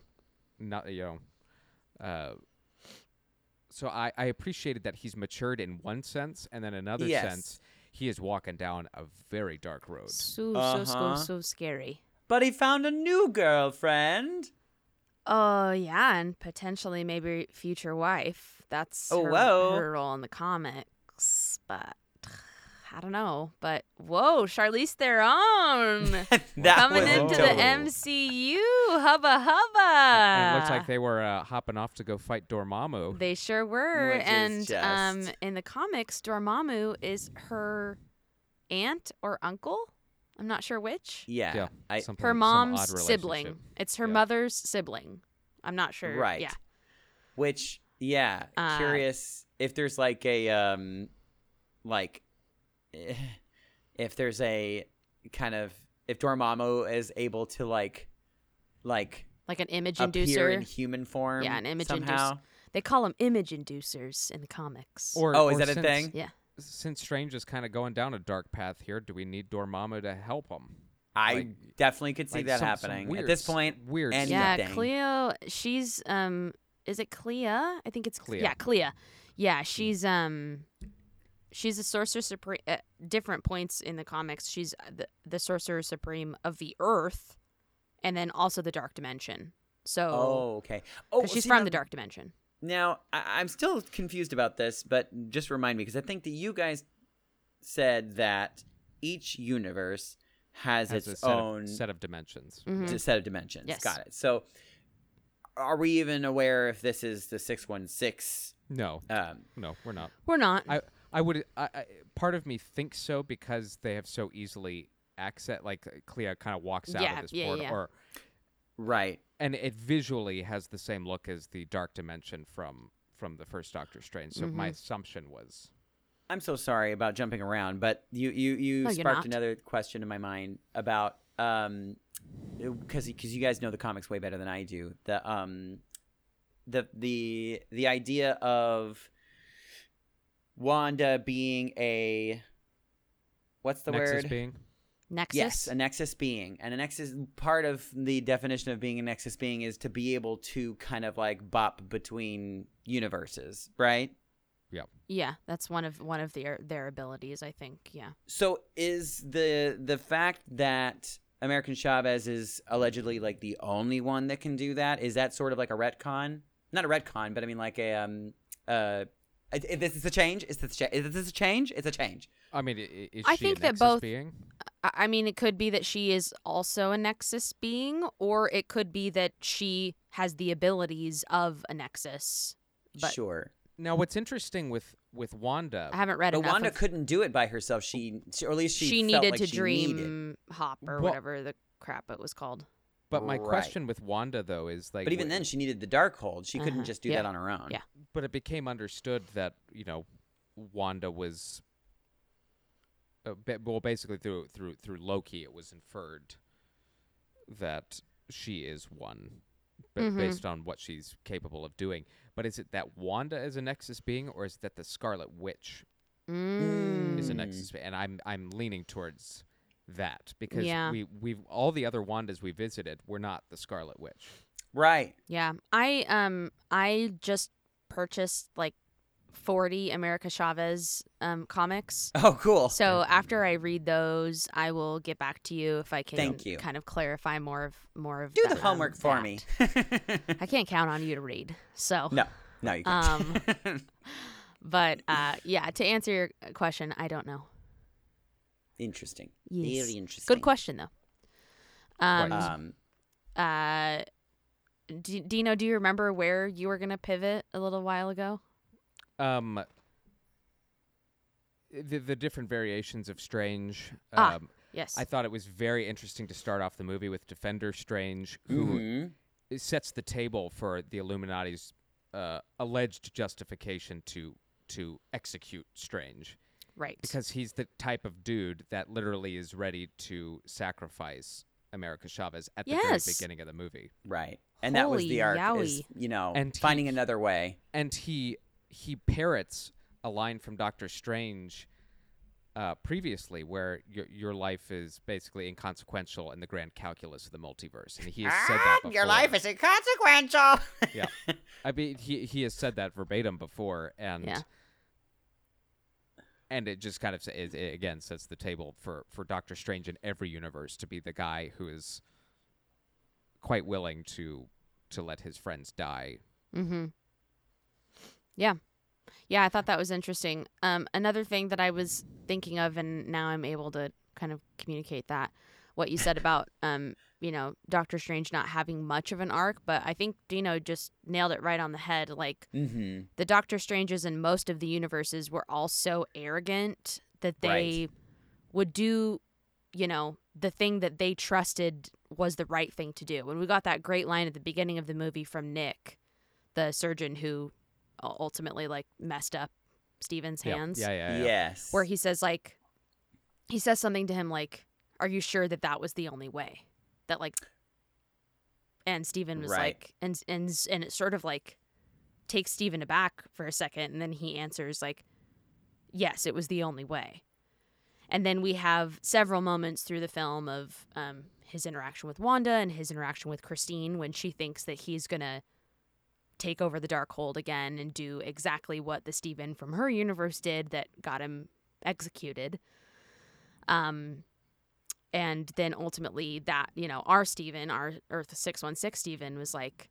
Speaker 2: not you know. Uh, so I, I appreciated that he's matured in one sense, and then another
Speaker 3: Yes.
Speaker 2: sense, he is walking down a very dark road.
Speaker 1: So, so, so,
Speaker 3: Uh-huh.
Speaker 1: so scary.
Speaker 3: but he found a new girlfriend
Speaker 1: Oh, yeah, and potentially maybe future wife. That's
Speaker 3: Oh,
Speaker 1: her,
Speaker 3: whoa.
Speaker 1: her role in the comics, but I don't know. But whoa, Charlize Theron
Speaker 3: that
Speaker 1: coming
Speaker 3: was
Speaker 1: into
Speaker 3: dope.
Speaker 1: the MCU, hubba hubba.
Speaker 2: And it looks like they were uh, hopping off to go fight Dormammu.
Speaker 1: They sure were.
Speaker 3: Which is
Speaker 1: and
Speaker 3: just-
Speaker 1: um, in the comics, Dormammu is her aunt or uncle. I'm not sure which.
Speaker 3: yeah,
Speaker 2: yeah,
Speaker 3: I,
Speaker 2: something-
Speaker 1: Her
Speaker 2: some
Speaker 1: mom's
Speaker 2: odd
Speaker 1: sibling.
Speaker 2: relationship.
Speaker 1: It's her
Speaker 2: Yeah.
Speaker 1: mother's sibling. I'm not sure.
Speaker 3: right
Speaker 1: Yeah.
Speaker 3: which yeah
Speaker 1: Uh,
Speaker 3: curious if there's like a um like eh, if there's a kind of if Dormammu is able to like like
Speaker 1: Like an image
Speaker 3: appear
Speaker 1: inducer.
Speaker 3: in human form
Speaker 1: Yeah, an image induce-
Speaker 3: somehow
Speaker 1: They call them image inducers in the comics.
Speaker 2: Or,
Speaker 3: Oh, is
Speaker 2: or
Speaker 3: that a
Speaker 2: since-
Speaker 3: thing?
Speaker 1: yeah.
Speaker 2: Since Strange is kind of going down a dark path here, do we need Dormammu to help him?
Speaker 3: I
Speaker 2: Like-
Speaker 3: definitely could see
Speaker 2: like
Speaker 3: that
Speaker 2: some- some
Speaker 3: happening
Speaker 2: weird
Speaker 3: at this
Speaker 2: s-
Speaker 3: point
Speaker 2: weird
Speaker 3: and
Speaker 2: stuff.
Speaker 1: Yeah,
Speaker 3: anything.
Speaker 1: Cleo. She's um, is it Clea? I think it's Clea.
Speaker 2: Clea.
Speaker 1: Yeah, Clea.
Speaker 3: Hmm.
Speaker 1: Yeah, she's um, she's a sorcerer supreme. At different points in the comics, she's uh, the, the sorcerer supreme of the Earth, and then also the Dark Dimension. So,
Speaker 3: oh okay oh
Speaker 1: 'cause she's
Speaker 3: see,
Speaker 1: from
Speaker 3: now-
Speaker 1: the Dark Dimension.
Speaker 3: now I- i'm still confused about this but just remind me because i think that you guys said that each universe has,
Speaker 2: Has a
Speaker 3: its
Speaker 2: set of-
Speaker 3: own
Speaker 2: set of dimensions.
Speaker 1: Mhm.
Speaker 3: to set of dimensions.
Speaker 1: Yes.
Speaker 3: Got it. So are we even aware if this is the 616?
Speaker 2: No,
Speaker 3: Um,
Speaker 2: no, we're not.
Speaker 1: We're not.
Speaker 2: I I would I, I part of me thinks so because they have so easily access like Clea kind of walks out
Speaker 1: Yeah,
Speaker 2: of this
Speaker 1: yeah,
Speaker 2: portal
Speaker 1: yeah.
Speaker 2: or
Speaker 3: right.
Speaker 2: and it visually has the same look as the dark dimension from from the first Doctor Strange. So
Speaker 3: Mm-hmm.
Speaker 2: my assumption was
Speaker 3: I'm so sorry about jumping around, but you you you
Speaker 1: No, you're
Speaker 3: sparked
Speaker 1: not.
Speaker 3: another question in my mind about um because because you guys know the comics way better than I do. The um the the the idea of Wanda being a what's the
Speaker 2: Nexus
Speaker 3: word?
Speaker 2: being
Speaker 1: Nexus.
Speaker 3: Yes, a nexus being. And a nexus part of the definition of being a nexus being is to be able to kind of like bop between universes, right?
Speaker 1: yeah, that's one of one of their their abilities. I think. Yeah.
Speaker 3: So is the the fact that American Chavez is allegedly like the only one that can do that is that sort of like a retcon? Not a retcon, but I mean like a um uh i- i- this is a change. Is this cha- is this a change? It's a change.
Speaker 2: I mean, i- i- is
Speaker 1: I
Speaker 2: she a
Speaker 1: think that
Speaker 2: Nexus
Speaker 1: both-
Speaker 2: being?
Speaker 1: I I mean, it could be that she is also a Nexus being, or it could be that she has the abilities of a Nexus. But
Speaker 3: sure.
Speaker 2: Now, what's interesting with with Wanda,
Speaker 1: I haven't read
Speaker 3: But
Speaker 1: enough.
Speaker 3: Wanda
Speaker 1: of-
Speaker 3: couldn't do it by herself. She, she or at least she,
Speaker 1: She,
Speaker 3: felt
Speaker 1: needed
Speaker 3: like
Speaker 1: to
Speaker 3: she
Speaker 1: dream
Speaker 3: needed.
Speaker 1: hop or
Speaker 2: Well-
Speaker 1: whatever the crap it was called.
Speaker 2: but my
Speaker 3: Right.
Speaker 2: question with Wanda though is like,
Speaker 3: But even
Speaker 2: wh-
Speaker 3: then, she needed the dark hold. She couldn't
Speaker 1: Uh-huh.
Speaker 3: just do
Speaker 1: Yeah.
Speaker 3: that on her own.
Speaker 1: Yeah.
Speaker 2: but it became understood that you know, Wanda was. Uh, ba- well, basically through through through Loki, it was inferred that she is one, ba-
Speaker 1: Mhm.
Speaker 2: based on what she's capable of doing. But is it that Wanda is a Nexus being, or is it that the Scarlet Witch
Speaker 1: Mm.
Speaker 2: is a
Speaker 3: Mm.
Speaker 2: nexus and i'm i'm leaning towards that because
Speaker 1: Yeah.
Speaker 2: we we've all the other wandas we visited were not the scarlet witch
Speaker 3: Right.
Speaker 1: Yeah, I um I just purchased like forty America Chavez um comics.
Speaker 3: Oh, cool.
Speaker 1: So after I read those, I will get back to you if I can
Speaker 3: Thank you.
Speaker 1: kind of clarify more of more of
Speaker 3: do the
Speaker 1: that, um,
Speaker 3: homework for
Speaker 1: that.
Speaker 3: me.
Speaker 1: I can't count on you to read. So
Speaker 3: no, no, you can't.
Speaker 1: Um, But uh, yeah, to answer your question, I don't know.
Speaker 3: Interesting.
Speaker 1: Yes.
Speaker 3: Very interesting.
Speaker 1: Good question though. Um,
Speaker 3: Um,
Speaker 1: uh, D- Dino, do you remember where you were gonna pivot a little while ago?
Speaker 2: um the the different variations of strange um
Speaker 1: Ah, Yes.
Speaker 2: i thought it was very interesting to start off the movie with defender strange
Speaker 1: Mm-hmm.
Speaker 2: who
Speaker 3: mhm.
Speaker 2: sets the table for the illuminati's uh, alleged justification to to execute strange
Speaker 1: right.
Speaker 2: because he's the type of dude that literally is ready to sacrifice america chavez at the very
Speaker 1: Yes.
Speaker 2: beginning of the movie
Speaker 3: Right. And that was
Speaker 1: Holy
Speaker 3: the arc is,
Speaker 1: yowie.
Speaker 3: you know,
Speaker 2: And he-
Speaker 3: finding another way.
Speaker 2: and he he parrots a line from Doctor Strange uh, previously, where your your life is basically inconsequential in the grand calculus of the multiverse, and he has said that
Speaker 1: Ah,
Speaker 3: Ah,
Speaker 2: before.
Speaker 5: Your life is inconsequential.
Speaker 2: yeah. I mean, he he has said that verbatim before, and
Speaker 1: Yeah.
Speaker 2: and it just kind of sa- it, it again sets the table for for Doctor Strange in every universe to be the guy who is quite willing to to let his friends die.
Speaker 1: Mm-hmm. Yeah. Yeah, I thought that was interesting. Um, another thing that I was thinking of, and now I'm able to kind of communicate that, what you said about, um, you know, Doctor Strange not having much of an arc, but I think Dino just nailed it right on the head. Like,
Speaker 3: Mm-hmm.
Speaker 1: the Doctor Stranges in most of the universes were all so arrogant that they
Speaker 3: Right.
Speaker 1: would do, you know, the thing that they trusted was the right thing to do. And we got that great line at the beginning of the movie from Nick, the surgeon who u- ultimately like messed up Steven's
Speaker 2: Yeah.
Speaker 1: hands
Speaker 2: Yeah, yeah, yeah.
Speaker 3: Yes.
Speaker 1: where he says like he says something to him like are you sure that that was the only way that like and Steven was
Speaker 3: Right.
Speaker 1: like and and and it sort of like takes Steven aback for a second and then he answers like yes it was the only way and then we have several moments through the film of um, his interaction with Wanda and his interaction with Christine when she thinks that he's gonna take over the dark hold again and do exactly what the Steven from her universe did that got him executed. Um and then ultimately that, you know, our Steven, our Earth 616 Steven was like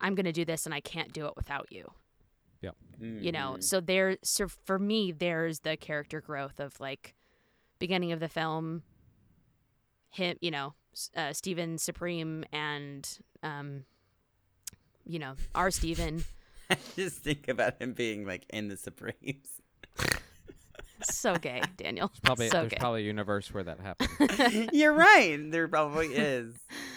Speaker 1: I'm going to do this and I can't do it without you. You know,
Speaker 3: Mhm.
Speaker 1: so there so for me there's the character growth of like beginning of the film him, you know, s- uh, Steven Supreme and um you know, our Steven
Speaker 3: I just think about him being like in the Supremes.
Speaker 1: so gay, Daniel.
Speaker 2: Probably,
Speaker 1: so
Speaker 2: there's
Speaker 1: gay.
Speaker 2: probably a universe where that happened.
Speaker 3: You're right. There probably is.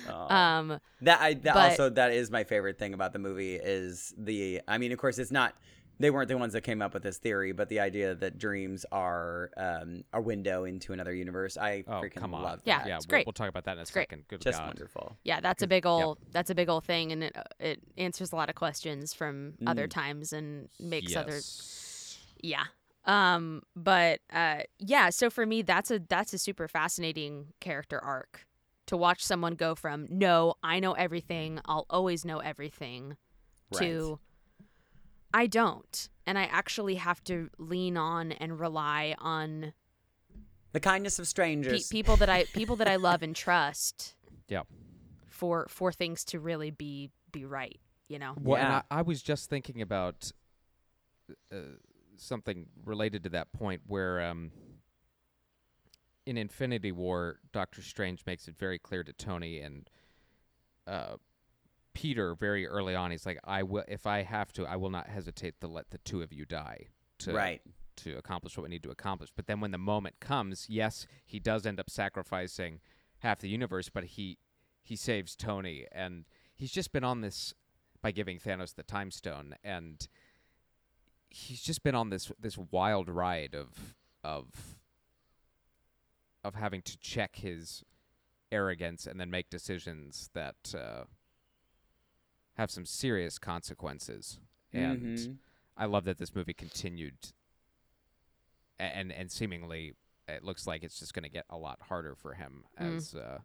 Speaker 3: Aw.
Speaker 1: um,
Speaker 3: That I that
Speaker 1: But-
Speaker 3: also that is my favorite thing about the movie is the I mean of course it's not they weren't the ones that came up with this theory but the idea that dreams are um, a window into another universe I
Speaker 2: Oh,
Speaker 3: freaking
Speaker 2: come on.
Speaker 3: love
Speaker 1: Yeah,
Speaker 3: that.
Speaker 2: yeah
Speaker 1: it's
Speaker 2: we'll,
Speaker 1: great.
Speaker 2: we'll talk about that in a
Speaker 1: great.
Speaker 2: second. Good
Speaker 3: just
Speaker 2: God.
Speaker 3: wonderful
Speaker 1: yeah, that's a
Speaker 2: Because-
Speaker 1: big
Speaker 2: yeah.
Speaker 1: old that's a big old thing, and it uh, it answers a lot of questions from other times and makes other
Speaker 2: Yes.
Speaker 1: yeah. Um, but uh, yeah, so for me, that's a that's a super fascinating character arc to watch someone go from no, I know everything, I'll always know everything, to I don't, and I actually have to lean on and rely on
Speaker 3: the kindness of
Speaker 1: pe-
Speaker 3: strangers
Speaker 1: people that I people that I love and trust.
Speaker 2: Yeah.
Speaker 1: For for things to really be be right, you know.
Speaker 2: Well, and
Speaker 3: Yeah.
Speaker 2: I, I was just thinking about uh, something related to that point where um, in Infinity War, Doctor Strange makes it very clear to Tony and uh, Peter very early on. He's like, "I will, if I have to, I will not hesitate to let the two of you die." To,
Speaker 3: Right.
Speaker 2: to accomplish what we need to accomplish. But then when the moment comes, yes, he does end up sacrificing half the universe, but he he saves Tony and he's just been on this by giving Thanos the time stone and he's just been on this this wild ride of of of having to check his arrogance and then make decisions that uh, have some serious consequences. And
Speaker 3: Mhm.
Speaker 2: I love that this movie continued, a- and and seemingly it looks like it's just going to get a lot harder for him
Speaker 1: Mm.
Speaker 2: as uh,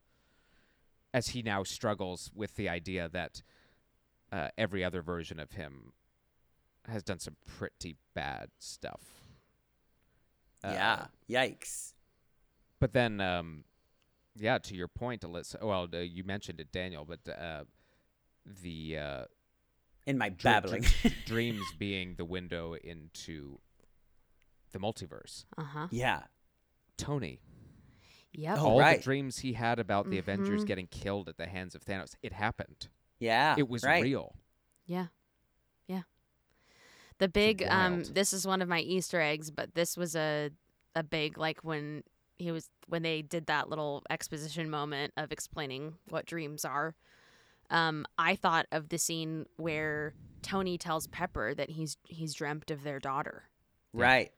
Speaker 2: as he now struggles with the idea that uh, every other version of him has done some pretty bad stuff. Uh,
Speaker 3: yeah yikes
Speaker 2: but then, um, yeah, to your point, Alyssa. Well, uh, you mentioned it, Daniel, but uh, the uh,
Speaker 3: in my
Speaker 2: dr-
Speaker 3: babbling.
Speaker 2: dr- dreams being the window into the multiverse.
Speaker 1: Uh huh.
Speaker 3: yeah.
Speaker 2: Tony,
Speaker 1: Yep.
Speaker 3: Oh,
Speaker 2: all
Speaker 3: right. Mm-hmm.
Speaker 2: the dreams he had about the Avengers getting killed at the hands of Thanos, it happened.
Speaker 3: Yeah.
Speaker 2: it was
Speaker 3: Ah, right.
Speaker 2: real.
Speaker 1: Yeah. Yeah. The big um
Speaker 2: wild.
Speaker 1: this is one of my Easter eggs, but this was a a big like when he was when they did that little exposition moment of explaining what dreams are. Um I thought of the scene where Tony tells Pepper that he's he's dreamt of their daughter.
Speaker 3: Right.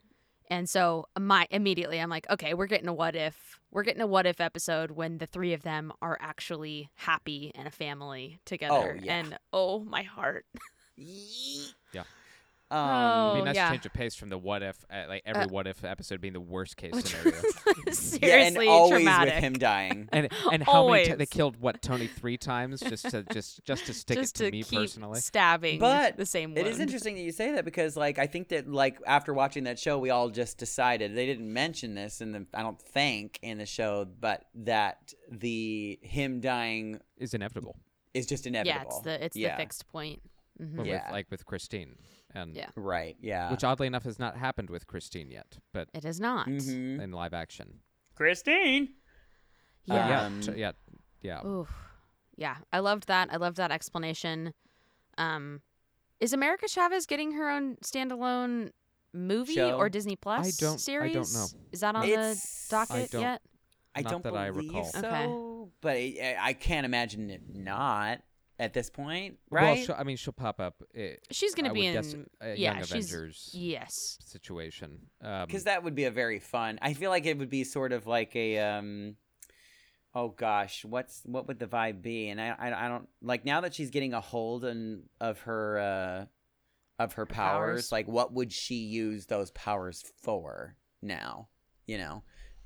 Speaker 1: And so my immediately I'm like, okay, we're getting a what if. We're getting a what if episode when the three of them are actually happy and a family together.
Speaker 3: yeah.
Speaker 1: And oh my heart.
Speaker 2: Yeah.
Speaker 3: Um,
Speaker 1: Oh,
Speaker 2: It'd be nice
Speaker 1: yeah.
Speaker 2: to change the pace from the what if, uh, like every what if episode being the worst case
Speaker 1: Which
Speaker 2: scenario.
Speaker 1: was
Speaker 3: Yeah, and
Speaker 1: seriously
Speaker 3: always
Speaker 1: traumatic.
Speaker 3: with him dying.
Speaker 2: And, and how many t- they
Speaker 1: Always.
Speaker 2: killed what Tony three times just to just just to stick
Speaker 1: just
Speaker 2: it to,
Speaker 1: to
Speaker 2: me
Speaker 1: keep
Speaker 2: personally.
Speaker 1: stabbing
Speaker 3: But
Speaker 1: the same
Speaker 3: It is
Speaker 1: wound.
Speaker 3: interesting that you say that because, like, I think that, like, after watching that show, we all just decided they didn't mention this, in the I don't think in the show, but that the him dying
Speaker 2: Is inevitable.
Speaker 3: is just
Speaker 1: Yeah,
Speaker 3: inevitable.
Speaker 1: it's the it's
Speaker 3: Yeah.
Speaker 1: the fixed point. hmm
Speaker 2: But
Speaker 3: Yeah.
Speaker 2: with, like with Christine, and
Speaker 1: Yeah.
Speaker 3: Right. Yeah.
Speaker 2: which oddly enough has not happened with Christine yet, but
Speaker 1: It is not.
Speaker 3: Mhm.
Speaker 2: in live action. Uh,
Speaker 8: Christine!
Speaker 1: Yeah.
Speaker 2: yeah,
Speaker 3: Um,
Speaker 2: t- yeah, yeah.
Speaker 1: Oof. Yeah, I loved that. I loved that explanation. Um, is America Chavez getting her own standalone movie
Speaker 3: Show?
Speaker 1: or Disney Plus
Speaker 2: I don't- I
Speaker 1: series?
Speaker 2: don't know.
Speaker 1: Is that on
Speaker 3: It's-
Speaker 1: the docket
Speaker 2: I don't-
Speaker 1: yet?
Speaker 3: I
Speaker 2: Not
Speaker 3: don't
Speaker 2: that
Speaker 3: believe
Speaker 2: I recall.
Speaker 3: so,
Speaker 1: Okay.
Speaker 3: but I, I can't imagine it not at this point,
Speaker 2: Well,
Speaker 3: right?
Speaker 2: she'll, I mean, she'll pop up. It,
Speaker 1: She's gonna
Speaker 2: I
Speaker 1: be
Speaker 2: would guess
Speaker 1: in-
Speaker 2: a
Speaker 1: yeah,
Speaker 2: Young
Speaker 1: she's-
Speaker 2: Avengers
Speaker 1: Yes.
Speaker 2: situation. Um,
Speaker 3: Because that would be a very fun. I feel like it would be sort of like a um. Oh gosh, what's what would the vibe be? And I I, I don't like now that she's getting a hold and of her uh of her powers,
Speaker 1: powers.
Speaker 3: Like, what would she use those powers for now? You know.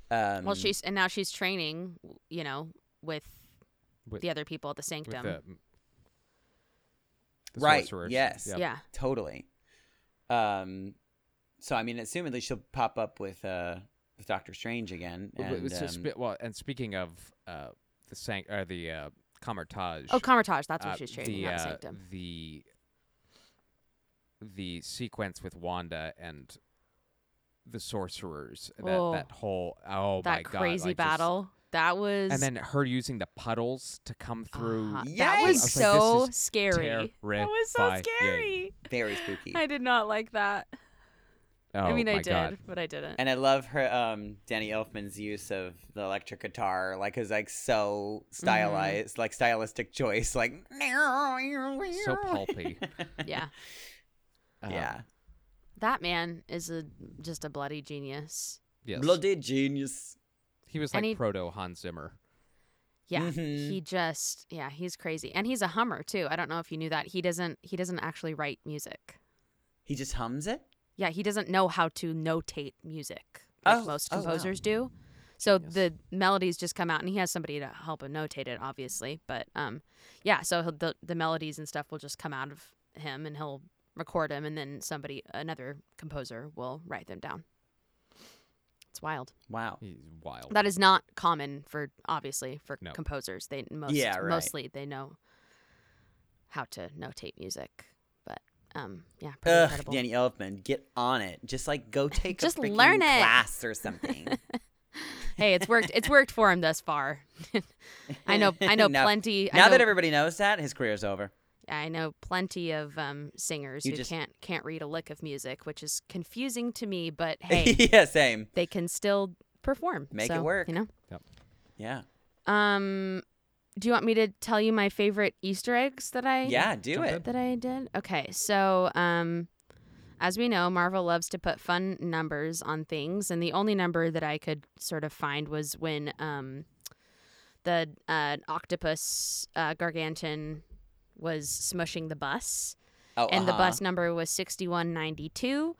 Speaker 3: Um,
Speaker 1: well, she's and now she's training. You know, with,
Speaker 2: With-
Speaker 1: the other people at the
Speaker 2: with
Speaker 1: sanctum.
Speaker 2: the, the
Speaker 3: Right,
Speaker 2: sorcerers.
Speaker 3: yes.
Speaker 2: Yeah.
Speaker 1: Yeah.
Speaker 3: totally. Um, so I mean, assumedly she'll pop up with uh with Doctor Strange again.
Speaker 2: Well, but-
Speaker 3: And,
Speaker 2: so
Speaker 3: um,
Speaker 2: spe- well, and speaking of uh, the sanct- or the uh, Comartage.
Speaker 1: Oh, Comartage. That's what
Speaker 2: uh,
Speaker 1: she's training. not
Speaker 2: uh,
Speaker 1: Sanctum.
Speaker 2: the the sequence with Wanda and the sorcerers. That,
Speaker 1: Oh.
Speaker 2: that whole oh my
Speaker 1: that
Speaker 2: god,
Speaker 1: crazy
Speaker 2: like, just-
Speaker 1: battle. that was.
Speaker 2: and then her using the puddles to come through.
Speaker 1: Uh-huh.
Speaker 3: Yes!
Speaker 1: That
Speaker 3: I
Speaker 1: was,
Speaker 3: was
Speaker 2: like, this
Speaker 1: so
Speaker 2: is
Speaker 1: scary. That was so
Speaker 2: terrifying.
Speaker 1: scary.
Speaker 3: very spooky.
Speaker 1: I did not like that.
Speaker 2: Oh,
Speaker 1: I mean, I
Speaker 2: my
Speaker 1: did,
Speaker 2: God.
Speaker 1: but I didn't.
Speaker 3: And I love her um Danny Elfman's use of the electric guitar, like is like so
Speaker 2: Mm-hmm.
Speaker 3: stylized, like stylistic choice, like
Speaker 2: so pulpy.
Speaker 1: yeah,
Speaker 2: Um,
Speaker 3: yeah.
Speaker 1: that man is a just a bloody genius.
Speaker 2: Yes.
Speaker 3: Bloody genius.
Speaker 2: He was
Speaker 1: And
Speaker 2: like
Speaker 1: he-
Speaker 2: proto Hans Zimmer.
Speaker 1: Yeah,
Speaker 2: Mm-hmm.
Speaker 3: Mhm.
Speaker 1: he just yeah, he's crazy, and he's a hummer too. I don't know if you knew that. He doesn't he doesn't actually write music.
Speaker 3: He just hums it?
Speaker 1: Yeah, he doesn't know how to notate music like
Speaker 3: Oh,
Speaker 1: most
Speaker 3: oh, wow.
Speaker 1: composers do. So the melodies just come out, and he has somebody to help him notate it, obviously. But um, yeah, so he'll, the the melodies and stuff will just come out of him, and he'll record them, and then somebody, another composer, will write them down. It's wild.
Speaker 3: Wow.
Speaker 2: He's wild.
Speaker 1: That is not common for obviously for
Speaker 2: No.
Speaker 1: composers. They most
Speaker 3: Yeah, right.
Speaker 1: mostly they know how to notate music, but um, yeah, pretty
Speaker 3: Ugh,
Speaker 1: incredible.
Speaker 3: Danny Elfman, get on it. Just like go take
Speaker 1: Just
Speaker 3: a freaking
Speaker 1: learn it.
Speaker 3: class or something.
Speaker 1: hey, it's worked. It's worked for him thus far. I know. I know
Speaker 3: Now-
Speaker 1: plenty. I
Speaker 3: Now
Speaker 1: know,
Speaker 3: that everybody knows that, his career's over.
Speaker 1: I know plenty of um, singers
Speaker 3: You
Speaker 1: who
Speaker 3: just-
Speaker 1: can't can't read a lick of music, which is confusing to me. But hey,
Speaker 3: yeah, same.
Speaker 1: they can still perform.
Speaker 3: Make it
Speaker 1: so,
Speaker 3: work.
Speaker 1: You know.
Speaker 3: Yeah.
Speaker 1: Um, do you want me to tell you my favorite Easter eggs that I
Speaker 3: Yeah, do
Speaker 2: Jump
Speaker 3: it.
Speaker 2: in.
Speaker 1: that I did? Okay, so um, as we know, Marvel loves to put fun numbers on things, and the only number that I could sort of find was when um, the uh, octopus uh, gargantan was smushing the bus,
Speaker 3: Oh,
Speaker 1: and the
Speaker 3: uh-huh.
Speaker 1: bus number was sixty one ninety two.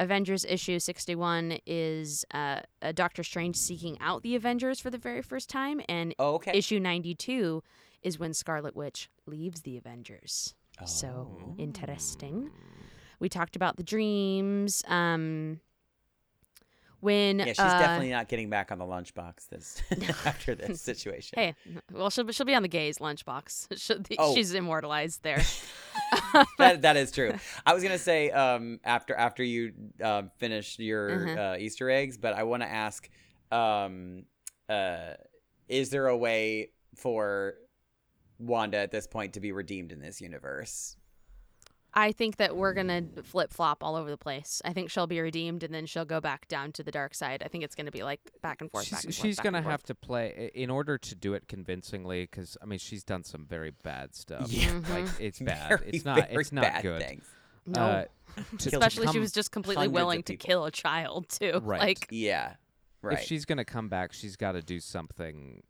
Speaker 1: Avengers issue 61 is uh, a Doctor Strange seeking out the Avengers for the very first time, and
Speaker 3: Oh, okay.
Speaker 1: issue 92 is when Scarlet Witch leaves the Avengers.
Speaker 3: Oh.
Speaker 1: So interesting. We talked about the dreams. Um, when
Speaker 3: Yeah, she's
Speaker 1: uh,
Speaker 3: definitely not getting back on the lunchbox this after this situation.
Speaker 1: Hey, well, she'll be- she'll be on the gays' lunchbox. She'll be-
Speaker 3: Oh.
Speaker 1: She's immortalized there.
Speaker 3: that, that is true. I was gonna say um, after after you um finish your
Speaker 1: Mm-hmm.
Speaker 3: uh Easter eggs, but I want to ask, um, uh, is there a way for Wanda at this point to be redeemed in this universe?
Speaker 1: I think that we're gonna flip flop all over the place. I think she'll be redeemed, and then she'll go back down to the dark side. I think it's gonna be like back and forth.
Speaker 2: she's
Speaker 1: back and forth,
Speaker 2: she's
Speaker 1: back
Speaker 2: gonna
Speaker 1: and forth.
Speaker 2: have to play i- in order to do it convincingly because I mean she's done some very bad stuff.
Speaker 3: Yeah.
Speaker 1: Mm-hmm.
Speaker 2: like it's bad.
Speaker 3: Very,
Speaker 2: it's not.
Speaker 3: very
Speaker 2: It's not
Speaker 3: bad
Speaker 2: good.
Speaker 3: Things.
Speaker 1: No.
Speaker 2: Uh, to
Speaker 3: Killed
Speaker 1: Especially, she
Speaker 2: come-
Speaker 1: was just completely
Speaker 3: hundreds of
Speaker 1: willing to
Speaker 3: people.
Speaker 1: kill a child too.
Speaker 2: Right.
Speaker 1: Like,
Speaker 3: Yeah, right.
Speaker 2: If she's gonna come back, she's got to do something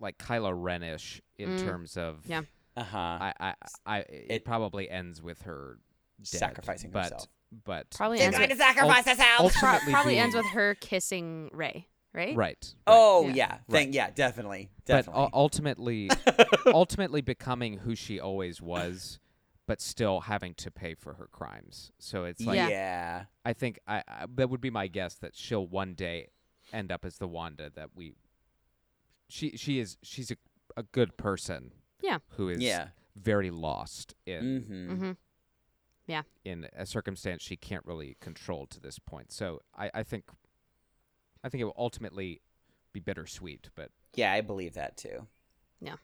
Speaker 2: like Kylo Renish in
Speaker 1: Mm.
Speaker 2: terms of
Speaker 1: Yeah.
Speaker 3: uh huh.
Speaker 2: I, I, I, it,
Speaker 3: It-
Speaker 2: probably ends with her dead,
Speaker 3: Sacrificing
Speaker 2: but,
Speaker 3: herself.
Speaker 2: But
Speaker 1: Probably
Speaker 5: She's
Speaker 1: ends
Speaker 5: going
Speaker 1: with,
Speaker 5: to sacrifice herself.
Speaker 1: pro-
Speaker 2: ultimately
Speaker 1: probably
Speaker 2: being-
Speaker 1: ends with her kissing Ray. Right.
Speaker 2: right. right.
Speaker 3: Oh
Speaker 1: Yeah.
Speaker 3: yeah, thank yeah, definitely,
Speaker 2: but
Speaker 3: definitely.
Speaker 2: u- ultimately, ultimately becoming who she always was, but still having to pay for her crimes. So it's like
Speaker 1: Yeah.
Speaker 3: yeah,
Speaker 2: I think I, I that would be my guess that she'll one day end up as the Wanda that we. She she is she's a a good person.
Speaker 1: Yeah.
Speaker 2: Who is
Speaker 3: yeah.
Speaker 2: very lost in
Speaker 3: Mm-hmm.
Speaker 1: Mm-hmm.
Speaker 2: in a circumstance she can't really control to this point. So I I think I think it will ultimately be bittersweet, but
Speaker 3: Yeah, I believe that too.
Speaker 1: Yeah.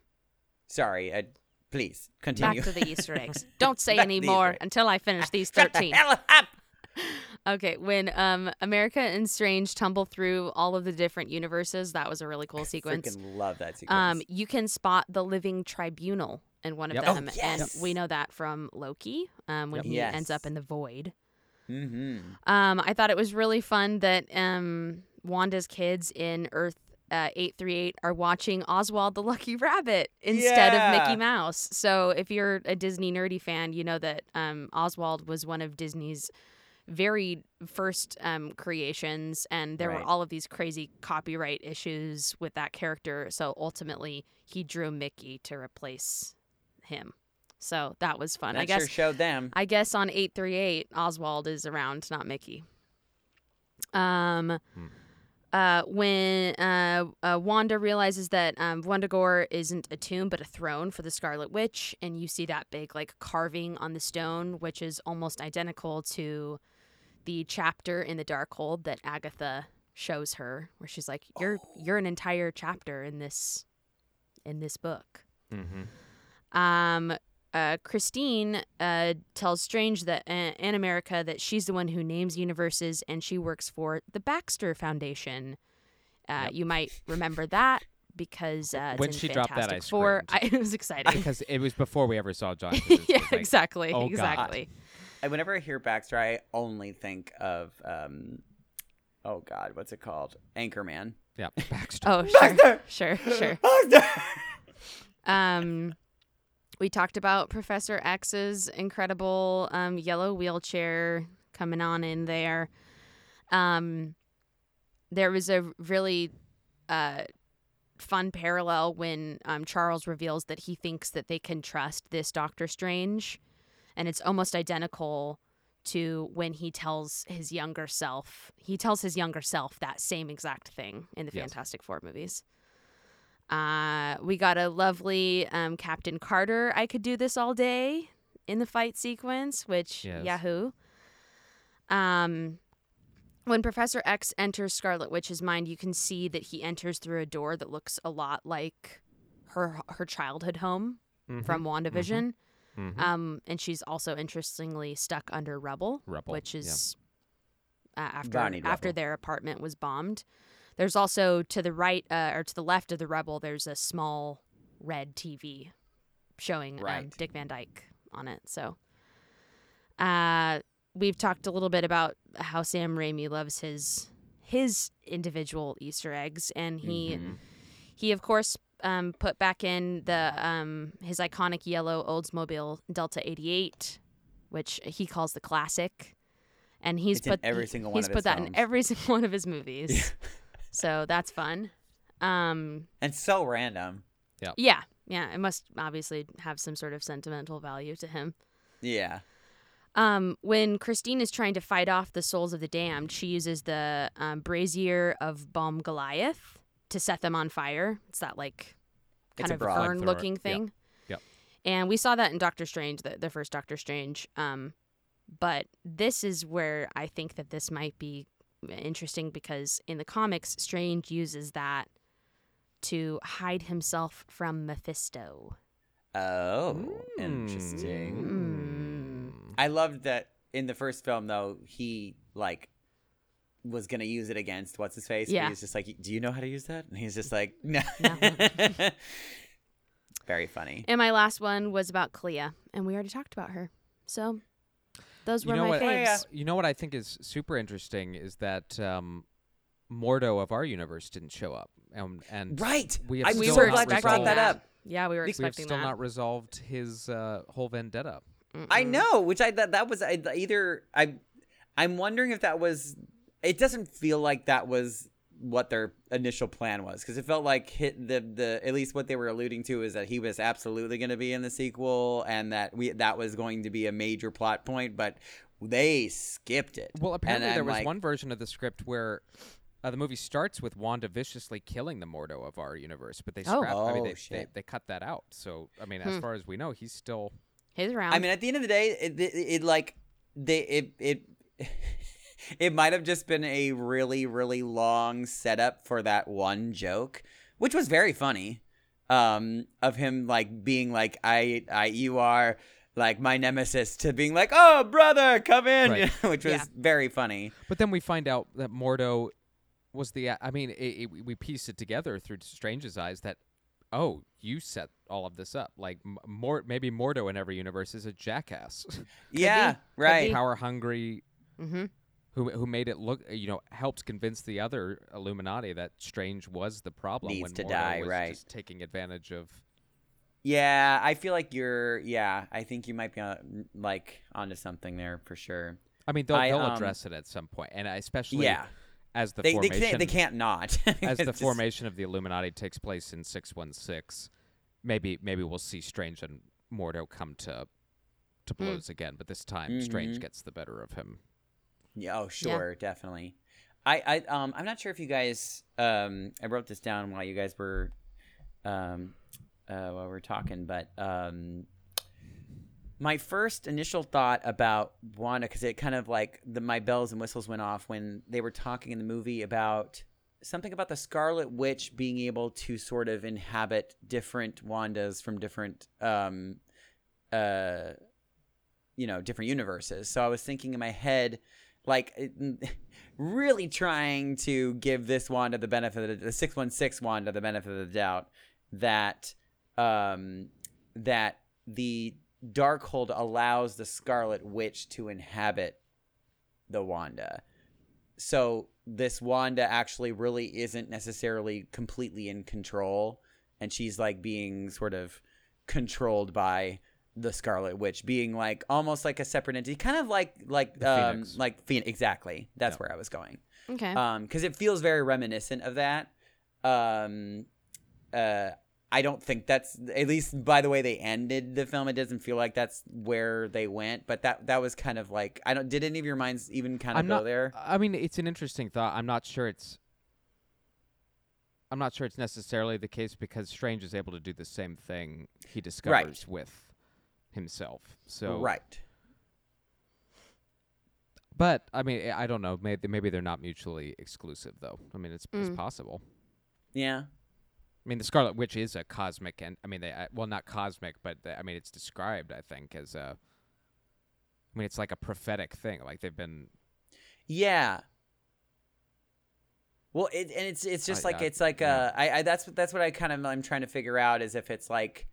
Speaker 3: Sorry, I, please
Speaker 1: Back
Speaker 3: continue.
Speaker 1: to the Easter eggs. Don't say
Speaker 3: Back to
Speaker 1: any
Speaker 3: the
Speaker 1: more
Speaker 3: Easter egg.
Speaker 1: until I finish these
Speaker 5: Shut
Speaker 1: thirteen.
Speaker 5: the hell up.
Speaker 1: Okay, when um America and Strange tumble through all of the different universes, that was a really cool sequence.
Speaker 3: Freaking love that sequence.
Speaker 1: Um, you can spot the living tribunal in one of
Speaker 2: Yep. Oh,
Speaker 1: them,
Speaker 3: yes.
Speaker 1: and we know that from Loki um, when
Speaker 2: Yep.
Speaker 1: he ends up
Speaker 3: Yes.
Speaker 1: in the void.
Speaker 3: mm-hmm.
Speaker 1: Um, I thought it was really fun that um Wanda's kids in Earth. Uh, 838 are watching Oswald the Lucky Rabbit instead of
Speaker 3: Yeah.
Speaker 1: Mickey Mouse. So, if you're a Disney nerdy fan, you know that um, Oswald was one of Disney's very first um, creations, and there
Speaker 3: Right.
Speaker 1: were all of these crazy copyright issues with that character. So, ultimately, he drew Mickey to replace him. So, that was fun.
Speaker 3: That
Speaker 1: I guess
Speaker 3: sure showed them.
Speaker 1: I guess on 838, Oswald is around, not Mickey. Um,
Speaker 2: Hmm.
Speaker 1: uh, when uh, uh, Wanda realizes that um, Wondagore isn't a tomb but a throne for the Scarlet Witch, and you see that big like carving on the stone, which is almost identical to the chapter in the Darkhold that Agatha shows her, where she's like, "You're you're an entire chapter in this in this book."
Speaker 2: mm-hmm.
Speaker 1: um, uh, Christine uh, tells Strange that uh, and America that she's the one who names universes, and she works for the Baxter Foundation. Uh, You might remember that because uh, it's
Speaker 2: When
Speaker 1: in
Speaker 2: she dropped
Speaker 1: Fantastic
Speaker 2: that, I
Speaker 1: Four. I, it was exciting.
Speaker 2: because it was before we ever saw John. Krasinski,
Speaker 1: yeah,
Speaker 2: like,
Speaker 1: exactly,
Speaker 2: "Oh, God."
Speaker 1: exactly.
Speaker 3: I, whenever I hear Baxter, I only think of um, oh god, what's it called? Anchorman.
Speaker 2: Yeah, Baxter.
Speaker 1: Oh, sure, sure, sure. Um, we talked about Professor X's incredible um, yellow wheelchair coming on in there. Um, there was a really uh, fun parallel when um, Charles reveals that he thinks that they can trust this Doctor Strange, and it's almost identical to when he tells his younger self he tells his younger self that same exact thing in the
Speaker 2: Yes.
Speaker 1: Fantastic Four movies. Uh, we got a lovely um, Captain Carter. I could do this all day in the fight sequence, which
Speaker 2: Yes.
Speaker 1: Yahoo. Um, when Professor X enters Scarlet Witch's mind, you can see that he enters through a door that looks a lot like her her childhood home
Speaker 2: Mhm,
Speaker 1: from WandaVision.
Speaker 2: mhm.
Speaker 1: Um, and she's also interestingly stuck under rubble,
Speaker 2: Rubble,
Speaker 1: which
Speaker 2: yeah.
Speaker 1: is uh, after
Speaker 3: Barney
Speaker 1: after
Speaker 3: rubble.
Speaker 1: their apartment was bombed. There's also to the right uh, or to the left of the rubble, there's a small red TV showing um,
Speaker 3: Right.
Speaker 1: Dick Van Dyke on it. So uh, we've talked a little bit about how Sam Raimi loves his his individual Easter eggs, and he he of course um, put back in the um, his iconic yellow Oldsmobile Delta 88, which he calls the classic, and he's
Speaker 3: It's in
Speaker 1: put
Speaker 3: every
Speaker 1: he-
Speaker 3: single one
Speaker 1: he's
Speaker 3: of
Speaker 1: put
Speaker 3: his
Speaker 1: that in
Speaker 3: films.
Speaker 1: every single one of his movies, so that's fun. Um,
Speaker 3: and so random.
Speaker 1: yeah, yeah, it must obviously have some sort of sentimental value to him.
Speaker 3: Yeah.
Speaker 1: Um, when Christine is trying to fight off the souls of the damned, she uses the um, brazier of Balm Goliath to set them on fire. It's that like
Speaker 3: It's
Speaker 1: kind
Speaker 3: a
Speaker 1: of
Speaker 3: broad
Speaker 1: urn looking
Speaker 2: thrower. Yeah.
Speaker 1: thing.
Speaker 2: Yep.
Speaker 1: And we saw that in Doctor Strange, the, the first Doctor Strange. Um, but this is where I think that this might be interesting because in the comics, Strange uses that to hide himself from Mephisto.
Speaker 3: Oh,
Speaker 2: Mm.
Speaker 3: interesting.
Speaker 1: Mm.
Speaker 3: I loved that in the first film though, he like was gonna use it against what's his face.
Speaker 1: Yeah.
Speaker 3: He was just like, Do you know how to use that? And he's just like, No. Very funny.
Speaker 1: And my last one was about Clea, and we already talked about her. So those were
Speaker 2: you know
Speaker 1: my
Speaker 2: what?
Speaker 1: faves.
Speaker 2: You know what I think is super interesting is that um, Mordo of our universe didn't show up, and and
Speaker 3: Right.
Speaker 2: We have
Speaker 3: I'm
Speaker 2: still
Speaker 3: so
Speaker 1: not
Speaker 3: glad you brought
Speaker 1: resolved
Speaker 3: that
Speaker 1: that.
Speaker 3: up.
Speaker 1: Yeah, we were
Speaker 2: we have
Speaker 1: expecting
Speaker 2: still
Speaker 1: that.
Speaker 2: not resolved his uh, whole vendetta.
Speaker 3: I know, which I that that was I- either I I'm wondering if that was it doesn't feel like that was what their initial plan was because it felt like hit the the at least what they were alluding to is that he was absolutely going to be in the sequel and that we that was going to be a major plot point but they skipped it
Speaker 2: Well,
Speaker 3: And
Speaker 2: apparently there
Speaker 3: I'm
Speaker 2: was
Speaker 3: like,
Speaker 2: one version of the script where uh, the movie starts with Wanda viciously killing the Mordo of our universe, but they
Speaker 1: Oh.
Speaker 2: scrapped. I mean,
Speaker 3: Oh,
Speaker 2: they, they,
Speaker 3: shit. Hmm.
Speaker 2: they cut that out. So I mean, as far as we know, he's still.
Speaker 1: His round.
Speaker 3: I mean, at the end of the day, it, it, it like they it it it might have just been a really really long setup for that one joke, which was very funny. Um, of him like being like I I you are like my nemesis to being like oh brother come in,
Speaker 2: Right.
Speaker 3: which was
Speaker 1: Yeah.
Speaker 3: very funny.
Speaker 2: But then we find out that Mordo was the. I mean, it, it, we piece it together through Strange's eyes that, oh, you set all of this up. Like, M- Mor- maybe Mordo in every universe is a jackass,
Speaker 3: yeah, right.
Speaker 2: power hungry,
Speaker 1: mm-hmm.
Speaker 2: who who made it look. You know, helped convince the other Illuminati that Strange was the problem.
Speaker 3: Needs
Speaker 2: when
Speaker 3: to
Speaker 2: Mordo
Speaker 3: die,
Speaker 2: was
Speaker 3: right.
Speaker 2: Just taking advantage of.
Speaker 3: Yeah, I feel like you're. Yeah, I think you might be on, like onto something there for sure.
Speaker 2: I mean, they'll,
Speaker 3: I,
Speaker 2: they'll
Speaker 3: um,
Speaker 2: address it at some point, and especially
Speaker 3: Yeah.
Speaker 2: as the
Speaker 3: they, they
Speaker 2: formation
Speaker 3: can't they can't not
Speaker 2: as the
Speaker 3: It's just-
Speaker 2: formation of the Illuminati takes place in 616, maybe maybe we'll see Strange and Mordo come to to
Speaker 3: Hmm.
Speaker 2: blows again, but this time Strange
Speaker 3: Mhm.
Speaker 2: gets the better of him.
Speaker 3: Yeah, oh sure, definitely. I, I um I'm not sure if you guys um I wrote this down while you guys were um uh while we are talking, but um my first initial thought about Wanda because it kind of like the my bells and whistles went off when they were talking in the movie about something about the Scarlet Witch being able to sort of inhabit different Wandas from different um uh you know different universes. So I was thinking in my head like it- really trying to give this Wanda the benefit of the, the 616 Wanda the benefit of the doubt that um that the Darkhold allows the Scarlet Witch to inhabit the Wanda. So this Wanda actually really isn't necessarily completely in control and she's like being sort of controlled by the Scarlet Witch being like almost like a separate entity, kind of like like
Speaker 2: The
Speaker 3: um
Speaker 2: Phoenix.
Speaker 3: like Phoenix. Exactly, that's
Speaker 2: Yeah.
Speaker 3: where I was going.
Speaker 1: Okay.
Speaker 3: Um, because it feels very reminiscent of that. Um, uh, I don't think that's at least by the way they ended the film. It doesn't feel like that's where they went, but that that was kind of like I don't. Did any of your minds even kind of
Speaker 2: I'm
Speaker 3: go
Speaker 2: not
Speaker 3: there?
Speaker 2: I mean, it's an interesting thought. I'm not sure it's I'm not sure it's necessarily the case because Strange is able to do the same thing he discovers with himself. So
Speaker 3: Right.
Speaker 2: But I mean, I I don't know. Maybe maybe they're not mutually exclusive, though. I mean, it's, it's possible.
Speaker 3: Yeah.
Speaker 2: I mean, the Scarlet Witch is a cosmic, and I mean, they uh, well, not cosmic, but the, I mean, it's described, I think, as a. I mean, it's like a prophetic thing. Like they've been
Speaker 3: Yeah. Well, it, and it's it's just
Speaker 2: I-
Speaker 3: like
Speaker 2: I-
Speaker 3: it's like
Speaker 2: yeah.
Speaker 3: uh I, I that's what that's what I kind of I'm trying to figure out is if it's like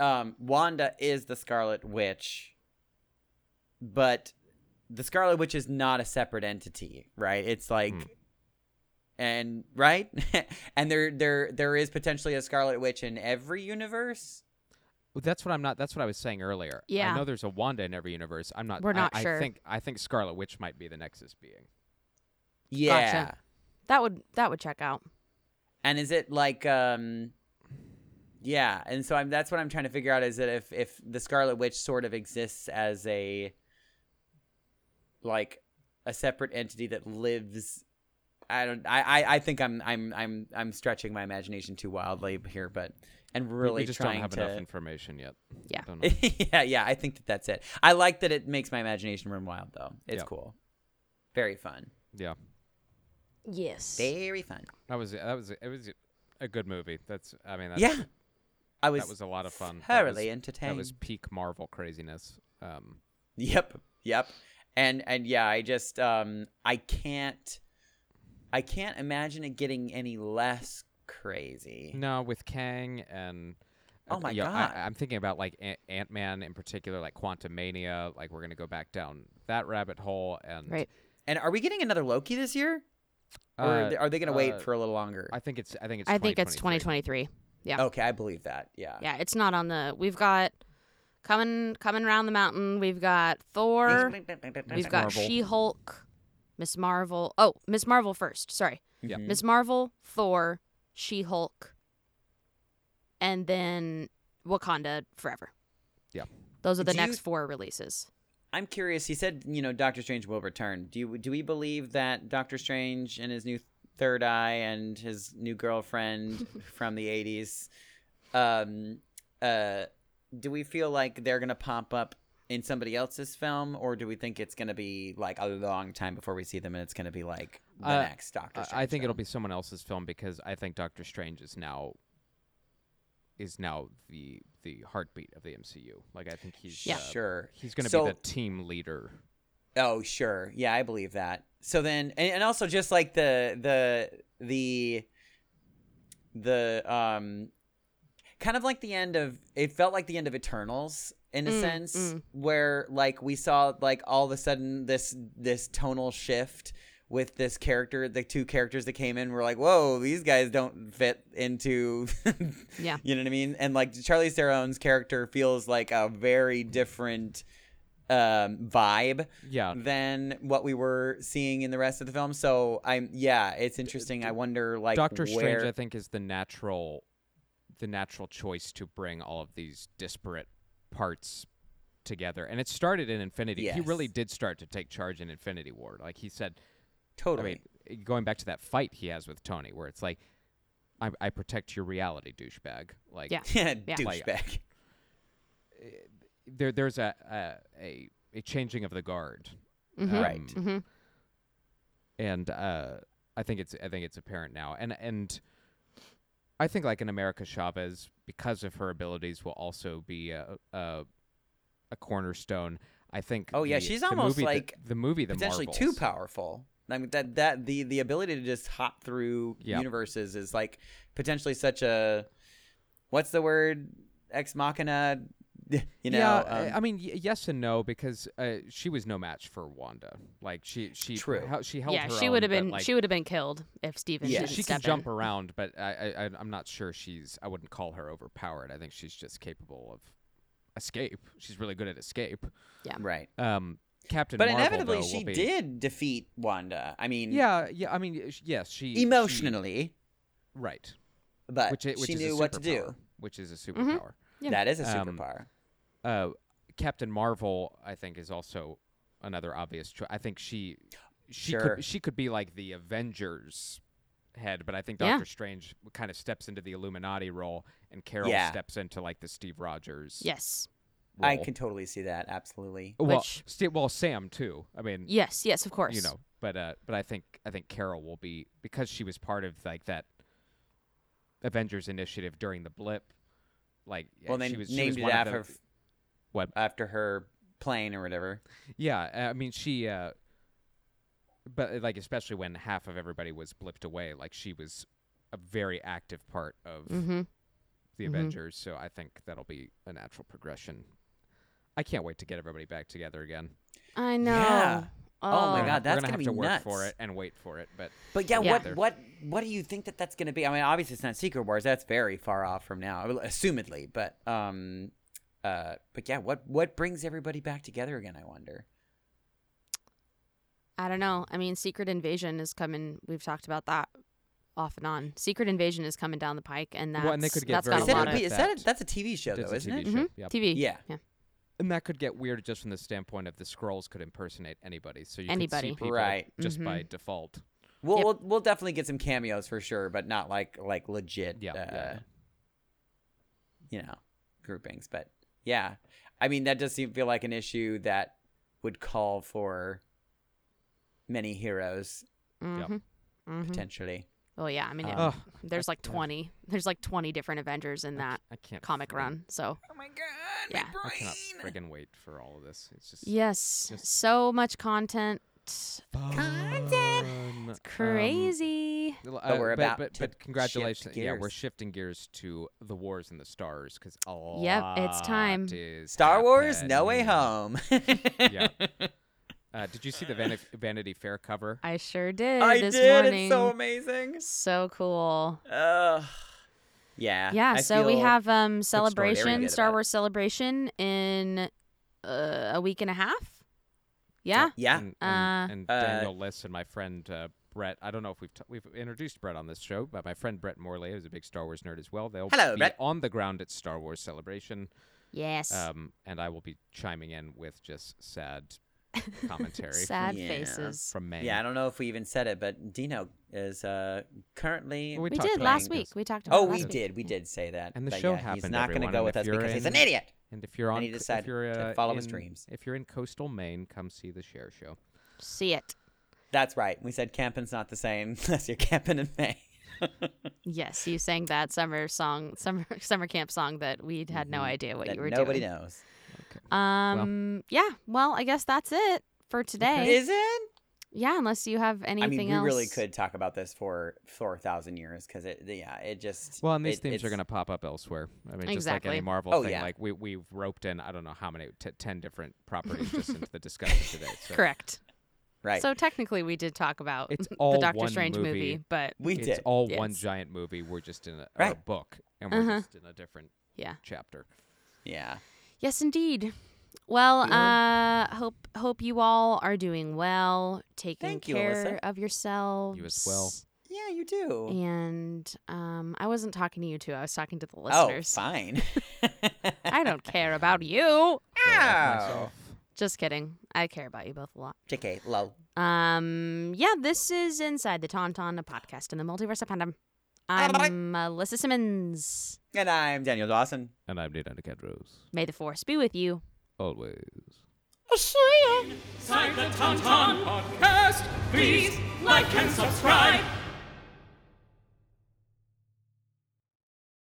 Speaker 3: um Wanda is the Scarlet Witch but the Scarlet Witch is not a separate entity, right? It's like
Speaker 2: Hmm.
Speaker 3: and right? and there there there is potentially a Scarlet Witch in every universe.
Speaker 2: Well, that's what I'm not. That's what I was saying earlier.
Speaker 1: Yeah.
Speaker 2: I know there's a Wanda in every universe. I'm not.
Speaker 1: We're
Speaker 2: I-
Speaker 1: not
Speaker 2: I,
Speaker 1: sure.
Speaker 2: think I think Scarlet Witch might be the Nexus being.
Speaker 3: Yeah.
Speaker 1: that would that would check out.
Speaker 3: And is it like um yeah, and so I'm that's what I'm trying to figure out is that if if the Scarlet Witch sort of exists as a like a separate entity that lives. I don't. I, I, I think I'm I'm I'm I'm stretching my imagination too wildly here, but and
Speaker 2: We-
Speaker 3: really
Speaker 2: we just don't
Speaker 3: trying
Speaker 2: have
Speaker 3: to.
Speaker 2: enough information yet.
Speaker 1: Yeah.
Speaker 2: Don't know.
Speaker 3: yeah, yeah, I think that that's it. I like that it makes my imagination run wild though. It's
Speaker 2: Yeah.
Speaker 3: cool. Very fun.
Speaker 2: yeah.
Speaker 1: Yes.
Speaker 3: Very fun.
Speaker 2: That was that was it was a good movie. That's I mean that's,
Speaker 3: yeah. I was
Speaker 2: that was a lot of fun. That was-
Speaker 3: Thoroughly entertained.
Speaker 2: That was peak Marvel craziness. Um,
Speaker 3: Yep, yep. And and yeah, I just um I can't I can't imagine it getting any less crazy.
Speaker 2: no, with Kang and
Speaker 3: Oh my
Speaker 2: yeah,
Speaker 3: God.
Speaker 2: I, I'm thinking about like Ant Man in particular, like Quantum Mania. Like we're gonna go back down that rabbit hole and
Speaker 1: Right.
Speaker 3: And are we getting another Loki this year? Or are
Speaker 2: uh,
Speaker 3: they- are they going to wait
Speaker 2: uh,
Speaker 3: for a little longer?
Speaker 2: I think it's I think it's
Speaker 1: I think it's
Speaker 2: 2023.
Speaker 1: 2023. yeah.
Speaker 3: okay, I believe that. Yeah.
Speaker 1: Yeah, it's not on the. We've got coming coming round the mountain. We've got Thor. We've got
Speaker 2: Marvel.
Speaker 1: She Hulk, Miss Marvel. Oh, Miss Marvel first. Sorry,
Speaker 2: Yeah.
Speaker 3: Mhm.
Speaker 1: Miss Marvel, Thor, She Hulk, and then Wakanda Forever.
Speaker 2: Yeah.
Speaker 1: Those are the
Speaker 3: Do you-
Speaker 1: next four releases.
Speaker 3: I'm curious. He said, you know, Doctor Strange will return. Do you do we believe that Doctor Strange and his new third eye and his new girlfriend from the 80s um uh do we feel like they're going to pop up in somebody else's film or do we think it's going to be like a long time before we see them and it's going to be like the
Speaker 2: Uh,
Speaker 3: next Doctor
Speaker 2: I-
Speaker 3: Strange?
Speaker 2: I think it'll
Speaker 3: film?
Speaker 2: be someone else's film because I think Doctor Strange is now is now the the heartbeat of the MCU. Like I think he's uh,
Speaker 3: Sure.
Speaker 2: he's going to
Speaker 3: So-
Speaker 2: be the team leader.
Speaker 3: Oh, sure. Yeah, I believe that. So then and, and also just like the the the the um kind of like the end of it felt like the end of Eternals in a
Speaker 1: Mm,
Speaker 3: sense
Speaker 1: mm.
Speaker 3: where like we saw like all of a sudden this this tonal shift with this character the two characters that came in were like whoa these guys don't fit into
Speaker 1: Yeah.
Speaker 3: you know what I mean and like Charlie Theron's character feels like a very different um vibe
Speaker 2: Yeah,
Speaker 3: than what we were seeing in the rest of the film. So I'm yeah, it's interesting. I wonder like
Speaker 2: Doctor
Speaker 3: where,
Speaker 2: Strange I think is the natural the natural choice to bring all of these disparate parts together. And it started in Infinity. He really
Speaker 3: Yes.
Speaker 2: did start to take charge in Infinity War. Like he said, I
Speaker 3: totally.
Speaker 2: mean, going back to that fight he has with Tony, where it's like, I, I protect your reality, douchebag. Like,
Speaker 1: Yeah.
Speaker 3: yeah, douchebag.
Speaker 2: there, there's a, a a a changing of the guard, um,
Speaker 1: Mhm.
Speaker 3: Mm-hmm. Right.
Speaker 1: hmm
Speaker 2: and uh, I think it's I think it's apparent now, and and I think like in America Chavez, because of her abilities, will also be a a, a cornerstone. I think.
Speaker 3: Oh, yeah,
Speaker 2: the-
Speaker 3: she's
Speaker 2: the
Speaker 3: almost
Speaker 2: movie that-
Speaker 3: like
Speaker 2: the movie the
Speaker 3: Potentially too
Speaker 2: Marvels.
Speaker 3: powerful. I mean that that the the ability to just hop through
Speaker 2: Yeah.
Speaker 3: universes is like potentially such a what's the word ex machina. You know,
Speaker 2: yeah, uh,
Speaker 3: um,
Speaker 2: I- I mean, y- yes and no because uh, she was no match for Wanda. Like she, she,
Speaker 3: True.
Speaker 2: How, she held
Speaker 1: Yeah,
Speaker 2: her
Speaker 1: she
Speaker 2: own,
Speaker 1: would have
Speaker 2: but,
Speaker 1: been
Speaker 2: like,
Speaker 1: she would have been killed if Steven
Speaker 2: she,
Speaker 3: Yeah.
Speaker 1: didn't
Speaker 2: she
Speaker 1: step
Speaker 2: can jump
Speaker 1: in.
Speaker 2: around, but I, I, I- I'm not sure she's. I wouldn't call her overpowered. I think she's just capable of escape. She's really good at escape.
Speaker 3: right.
Speaker 2: Um, Captain.
Speaker 3: But
Speaker 2: Marvel,
Speaker 3: inevitably,
Speaker 2: though, will
Speaker 3: she
Speaker 2: be-
Speaker 3: did defeat Wanda. I mean,
Speaker 2: Yeah, yeah. I mean, y- sh- yes, she she-
Speaker 3: emotionally,
Speaker 2: right?
Speaker 3: but
Speaker 2: Which, i- which
Speaker 3: she
Speaker 2: is a
Speaker 3: knew what to
Speaker 2: superpower,
Speaker 3: do. Mm-hmm.
Speaker 2: Which is a superpower.
Speaker 1: Yeah.
Speaker 3: That is a
Speaker 2: Um,
Speaker 3: superpower.
Speaker 2: Uh, Captain Marvel, I think, is also another obvious choice. I think she, she
Speaker 3: Sure.
Speaker 2: could, she could be like the Avengers head, but I think
Speaker 1: Yeah.
Speaker 2: Doctor Strange kind of steps into the Illuminati role, and Carol
Speaker 3: Yeah.
Speaker 2: steps into like the Steve Rogers.
Speaker 1: Yes.
Speaker 3: I
Speaker 2: role.
Speaker 3: can totally see that. Absolutely.
Speaker 2: Well,
Speaker 1: Which-
Speaker 2: sti- well, Sam too. I mean,
Speaker 1: Yes. Yes. Of course.
Speaker 2: you know, but uh, but I think I think Carol will be because she was part of like that Avengers initiative during the blip. Like,
Speaker 3: Well,
Speaker 2: yeah,
Speaker 3: they
Speaker 2: she was, she
Speaker 3: named
Speaker 2: was
Speaker 3: it
Speaker 2: one of the-
Speaker 3: after
Speaker 2: what?
Speaker 3: after her plane or whatever.
Speaker 2: Yeah, I mean she uh but uh, like especially when half of everybody was blipped away, like she was a very active part of
Speaker 1: Mm-hmm.
Speaker 2: the
Speaker 1: mhm.
Speaker 2: Avengers, so I think that'll be a natural progression. I can't wait to get everybody back together again.
Speaker 1: I know.
Speaker 3: Yeah. Oh my
Speaker 2: We're gonna-
Speaker 3: God, that's
Speaker 2: we're gonna
Speaker 3: gonna
Speaker 2: have
Speaker 3: be
Speaker 2: to work for
Speaker 3: nuts.
Speaker 2: it and wait for it, but
Speaker 3: But yeah,
Speaker 1: Yeah.
Speaker 3: what what what do you think that that's going to be? I mean, obviously it's not Secret Wars. That's very far off from now, assumedly. But um, uh, but yeah, what what brings everybody back together again? I wonder.
Speaker 1: I don't know. I mean, Secret Invasion is coming. We've talked about that off and on. Secret Invasion is coming down the pike, and that's
Speaker 2: Well, and they could get
Speaker 1: that's
Speaker 2: very
Speaker 1: got
Speaker 3: Is
Speaker 1: a
Speaker 2: good
Speaker 1: lot
Speaker 3: that,
Speaker 2: at
Speaker 1: of
Speaker 3: a,
Speaker 2: it.
Speaker 3: is that a, that's a TV show
Speaker 2: That's
Speaker 3: though,
Speaker 2: a
Speaker 3: isn't
Speaker 2: TV
Speaker 3: it?
Speaker 2: show.
Speaker 1: Mhm.
Speaker 2: Yep.
Speaker 1: TV.
Speaker 3: Yeah.
Speaker 1: yeah.
Speaker 2: and that could get weird just from the standpoint of the scrolls could impersonate anybody. So you could see
Speaker 1: Anybody. Mm-hmm.
Speaker 2: people
Speaker 3: Right.
Speaker 2: just by default.
Speaker 3: We'll, we'll we'll definitely get some cameos for sure, but not like like legit.
Speaker 2: Yeah,
Speaker 3: uh,
Speaker 2: yeah, yeah.
Speaker 3: You know, groupings, but yeah, I mean that does seem feel like an issue that would call for many heroes
Speaker 1: Mm-hmm. Mm-hmm.
Speaker 3: potentially.
Speaker 1: Oh yeah, I mean, it-
Speaker 2: Ugh,
Speaker 1: there's like 20. There's like 20 different Avengers in that
Speaker 2: I can't
Speaker 1: comic
Speaker 2: friggin-
Speaker 1: run. So
Speaker 5: Oh my god,
Speaker 1: yeah.
Speaker 2: I cannot friggin' wait for all of this. It's just
Speaker 1: Yes,
Speaker 2: Just-
Speaker 1: so much content. It's
Speaker 2: fun. Um,
Speaker 1: crazy.
Speaker 2: L-
Speaker 3: But
Speaker 2: uh,
Speaker 3: we're about
Speaker 2: but,
Speaker 3: to
Speaker 2: but
Speaker 3: shift
Speaker 2: congratulations. Yeah, we're
Speaker 3: gears.
Speaker 2: shifting gears to the wars and the stars because a
Speaker 1: Yep, it's time.
Speaker 2: lot is
Speaker 3: Star Wars: No Way
Speaker 2: happening.
Speaker 3: Home.
Speaker 2: yeah. Uh, did you see the Vanity, Vanity Fair cover?
Speaker 1: I sure did
Speaker 3: I
Speaker 1: this
Speaker 3: did.
Speaker 1: morning.
Speaker 3: It's so amazing.
Speaker 1: So cool.
Speaker 3: Ugh. yeah.
Speaker 1: Yeah,
Speaker 3: I
Speaker 1: so we
Speaker 3: feel-
Speaker 1: have um
Speaker 3: story. Very
Speaker 1: celebration,
Speaker 3: good
Speaker 1: Star
Speaker 3: about it.
Speaker 1: Wars celebration in uh, a week and a half. Yeah.
Speaker 3: Yeah.
Speaker 2: And, and,
Speaker 1: Uh,
Speaker 2: and
Speaker 3: Uh,
Speaker 2: Daniel Liss and my friend uh, Brett. I don't know if we've t- we've introduced Brett on this show, but my friend Brett Morley, who's a big Star Wars nerd as well, they'll
Speaker 3: Hello,
Speaker 2: be
Speaker 3: Brett.
Speaker 2: on the ground at Star Wars Celebration,
Speaker 1: Yes.
Speaker 3: Oh,
Speaker 2: um, and I will be chiming in with just sad commentary from-
Speaker 1: Sad
Speaker 3: Yeah.
Speaker 1: faces.
Speaker 2: from May.
Speaker 3: Yeah, I don't know if we even said it, but Dino is uh, currently.
Speaker 2: Well, we
Speaker 1: We
Speaker 2: talked
Speaker 1: did
Speaker 2: about
Speaker 1: last
Speaker 2: it.
Speaker 1: week. We talked about.
Speaker 3: oh,
Speaker 1: it
Speaker 3: we
Speaker 1: last week.
Speaker 3: did. We did say that.
Speaker 2: And the
Speaker 3: but
Speaker 2: show
Speaker 3: yeah, He's
Speaker 2: happened,
Speaker 3: not gonna
Speaker 2: everyone,
Speaker 3: go
Speaker 2: and
Speaker 3: with
Speaker 2: if
Speaker 3: us
Speaker 2: you're
Speaker 3: because he's an
Speaker 2: in-
Speaker 3: idiot.
Speaker 2: And if you're on,
Speaker 3: And he
Speaker 2: co- if
Speaker 3: decided
Speaker 2: you're,
Speaker 3: to
Speaker 2: uh,
Speaker 3: follow his
Speaker 2: in-
Speaker 3: dreams.
Speaker 2: if you're in coastal Maine, come see the Share Show.
Speaker 1: See it.
Speaker 3: That's right. We said camping's not the same unless you're camping in May.
Speaker 1: Yes, you sang that summer song, summer summer camp song that we had no idea what
Speaker 3: Mm-hmm. that
Speaker 1: you were
Speaker 3: nobody
Speaker 1: doing.
Speaker 3: knows.
Speaker 1: Um. Yeah. Well, I guess that's it for today.
Speaker 3: Is it?
Speaker 1: Yeah. Unless you have
Speaker 3: I
Speaker 1: anything
Speaker 3: mean, we
Speaker 1: else.
Speaker 3: really could talk about this for four thousand years because it. Yeah, it just.
Speaker 2: Well, and these
Speaker 3: it-
Speaker 2: themes are
Speaker 3: it's-
Speaker 2: going to pop up elsewhere. I mean, just like
Speaker 1: Exactly.
Speaker 2: any Marvel
Speaker 3: Oh,
Speaker 2: thing,
Speaker 3: yeah.
Speaker 2: like we we've roped in I don't know how many t- ten different properties just into the discussion today. So
Speaker 1: Correct.
Speaker 3: Right.
Speaker 1: So technically, we did talk about
Speaker 2: It's
Speaker 1: the
Speaker 2: all
Speaker 1: Doctor
Speaker 2: one
Speaker 1: Strange movie,
Speaker 2: movie.
Speaker 1: but
Speaker 3: we
Speaker 2: it's
Speaker 3: did.
Speaker 2: all one
Speaker 1: Yes.
Speaker 2: giant movie. We're just in a, or a
Speaker 3: Right.
Speaker 2: book, and we're
Speaker 1: Uh-huh.
Speaker 2: just in a different
Speaker 1: Yeah.
Speaker 2: chapter.
Speaker 3: Yeah.
Speaker 1: yes, indeed. Well, uh, hope hope you all are doing well, taking
Speaker 3: Thank you,
Speaker 1: care
Speaker 3: Alyssa.
Speaker 1: of yourselves.
Speaker 2: as well.
Speaker 3: Yeah, you do.
Speaker 1: And um, I wasn't talking to you two. I was talking to the
Speaker 3: Oh,
Speaker 1: listeners.
Speaker 3: fine.
Speaker 1: I don't care about you.
Speaker 2: So I ask
Speaker 3: Ow.
Speaker 2: myself,
Speaker 1: Just kidding. I care about you both a lot.
Speaker 3: JK, lol.
Speaker 1: Um, yeah, this is Inside the Tauntaun, a podcast in the multiverse of fandom. I'm Alyssa Simmons.
Speaker 3: And I'm Daniel Dawson.
Speaker 2: And I'm Nate Andros.
Speaker 1: May the force be with you.
Speaker 2: Always.
Speaker 8: Inside the Tauntaun Podcast. Please like and subscribe.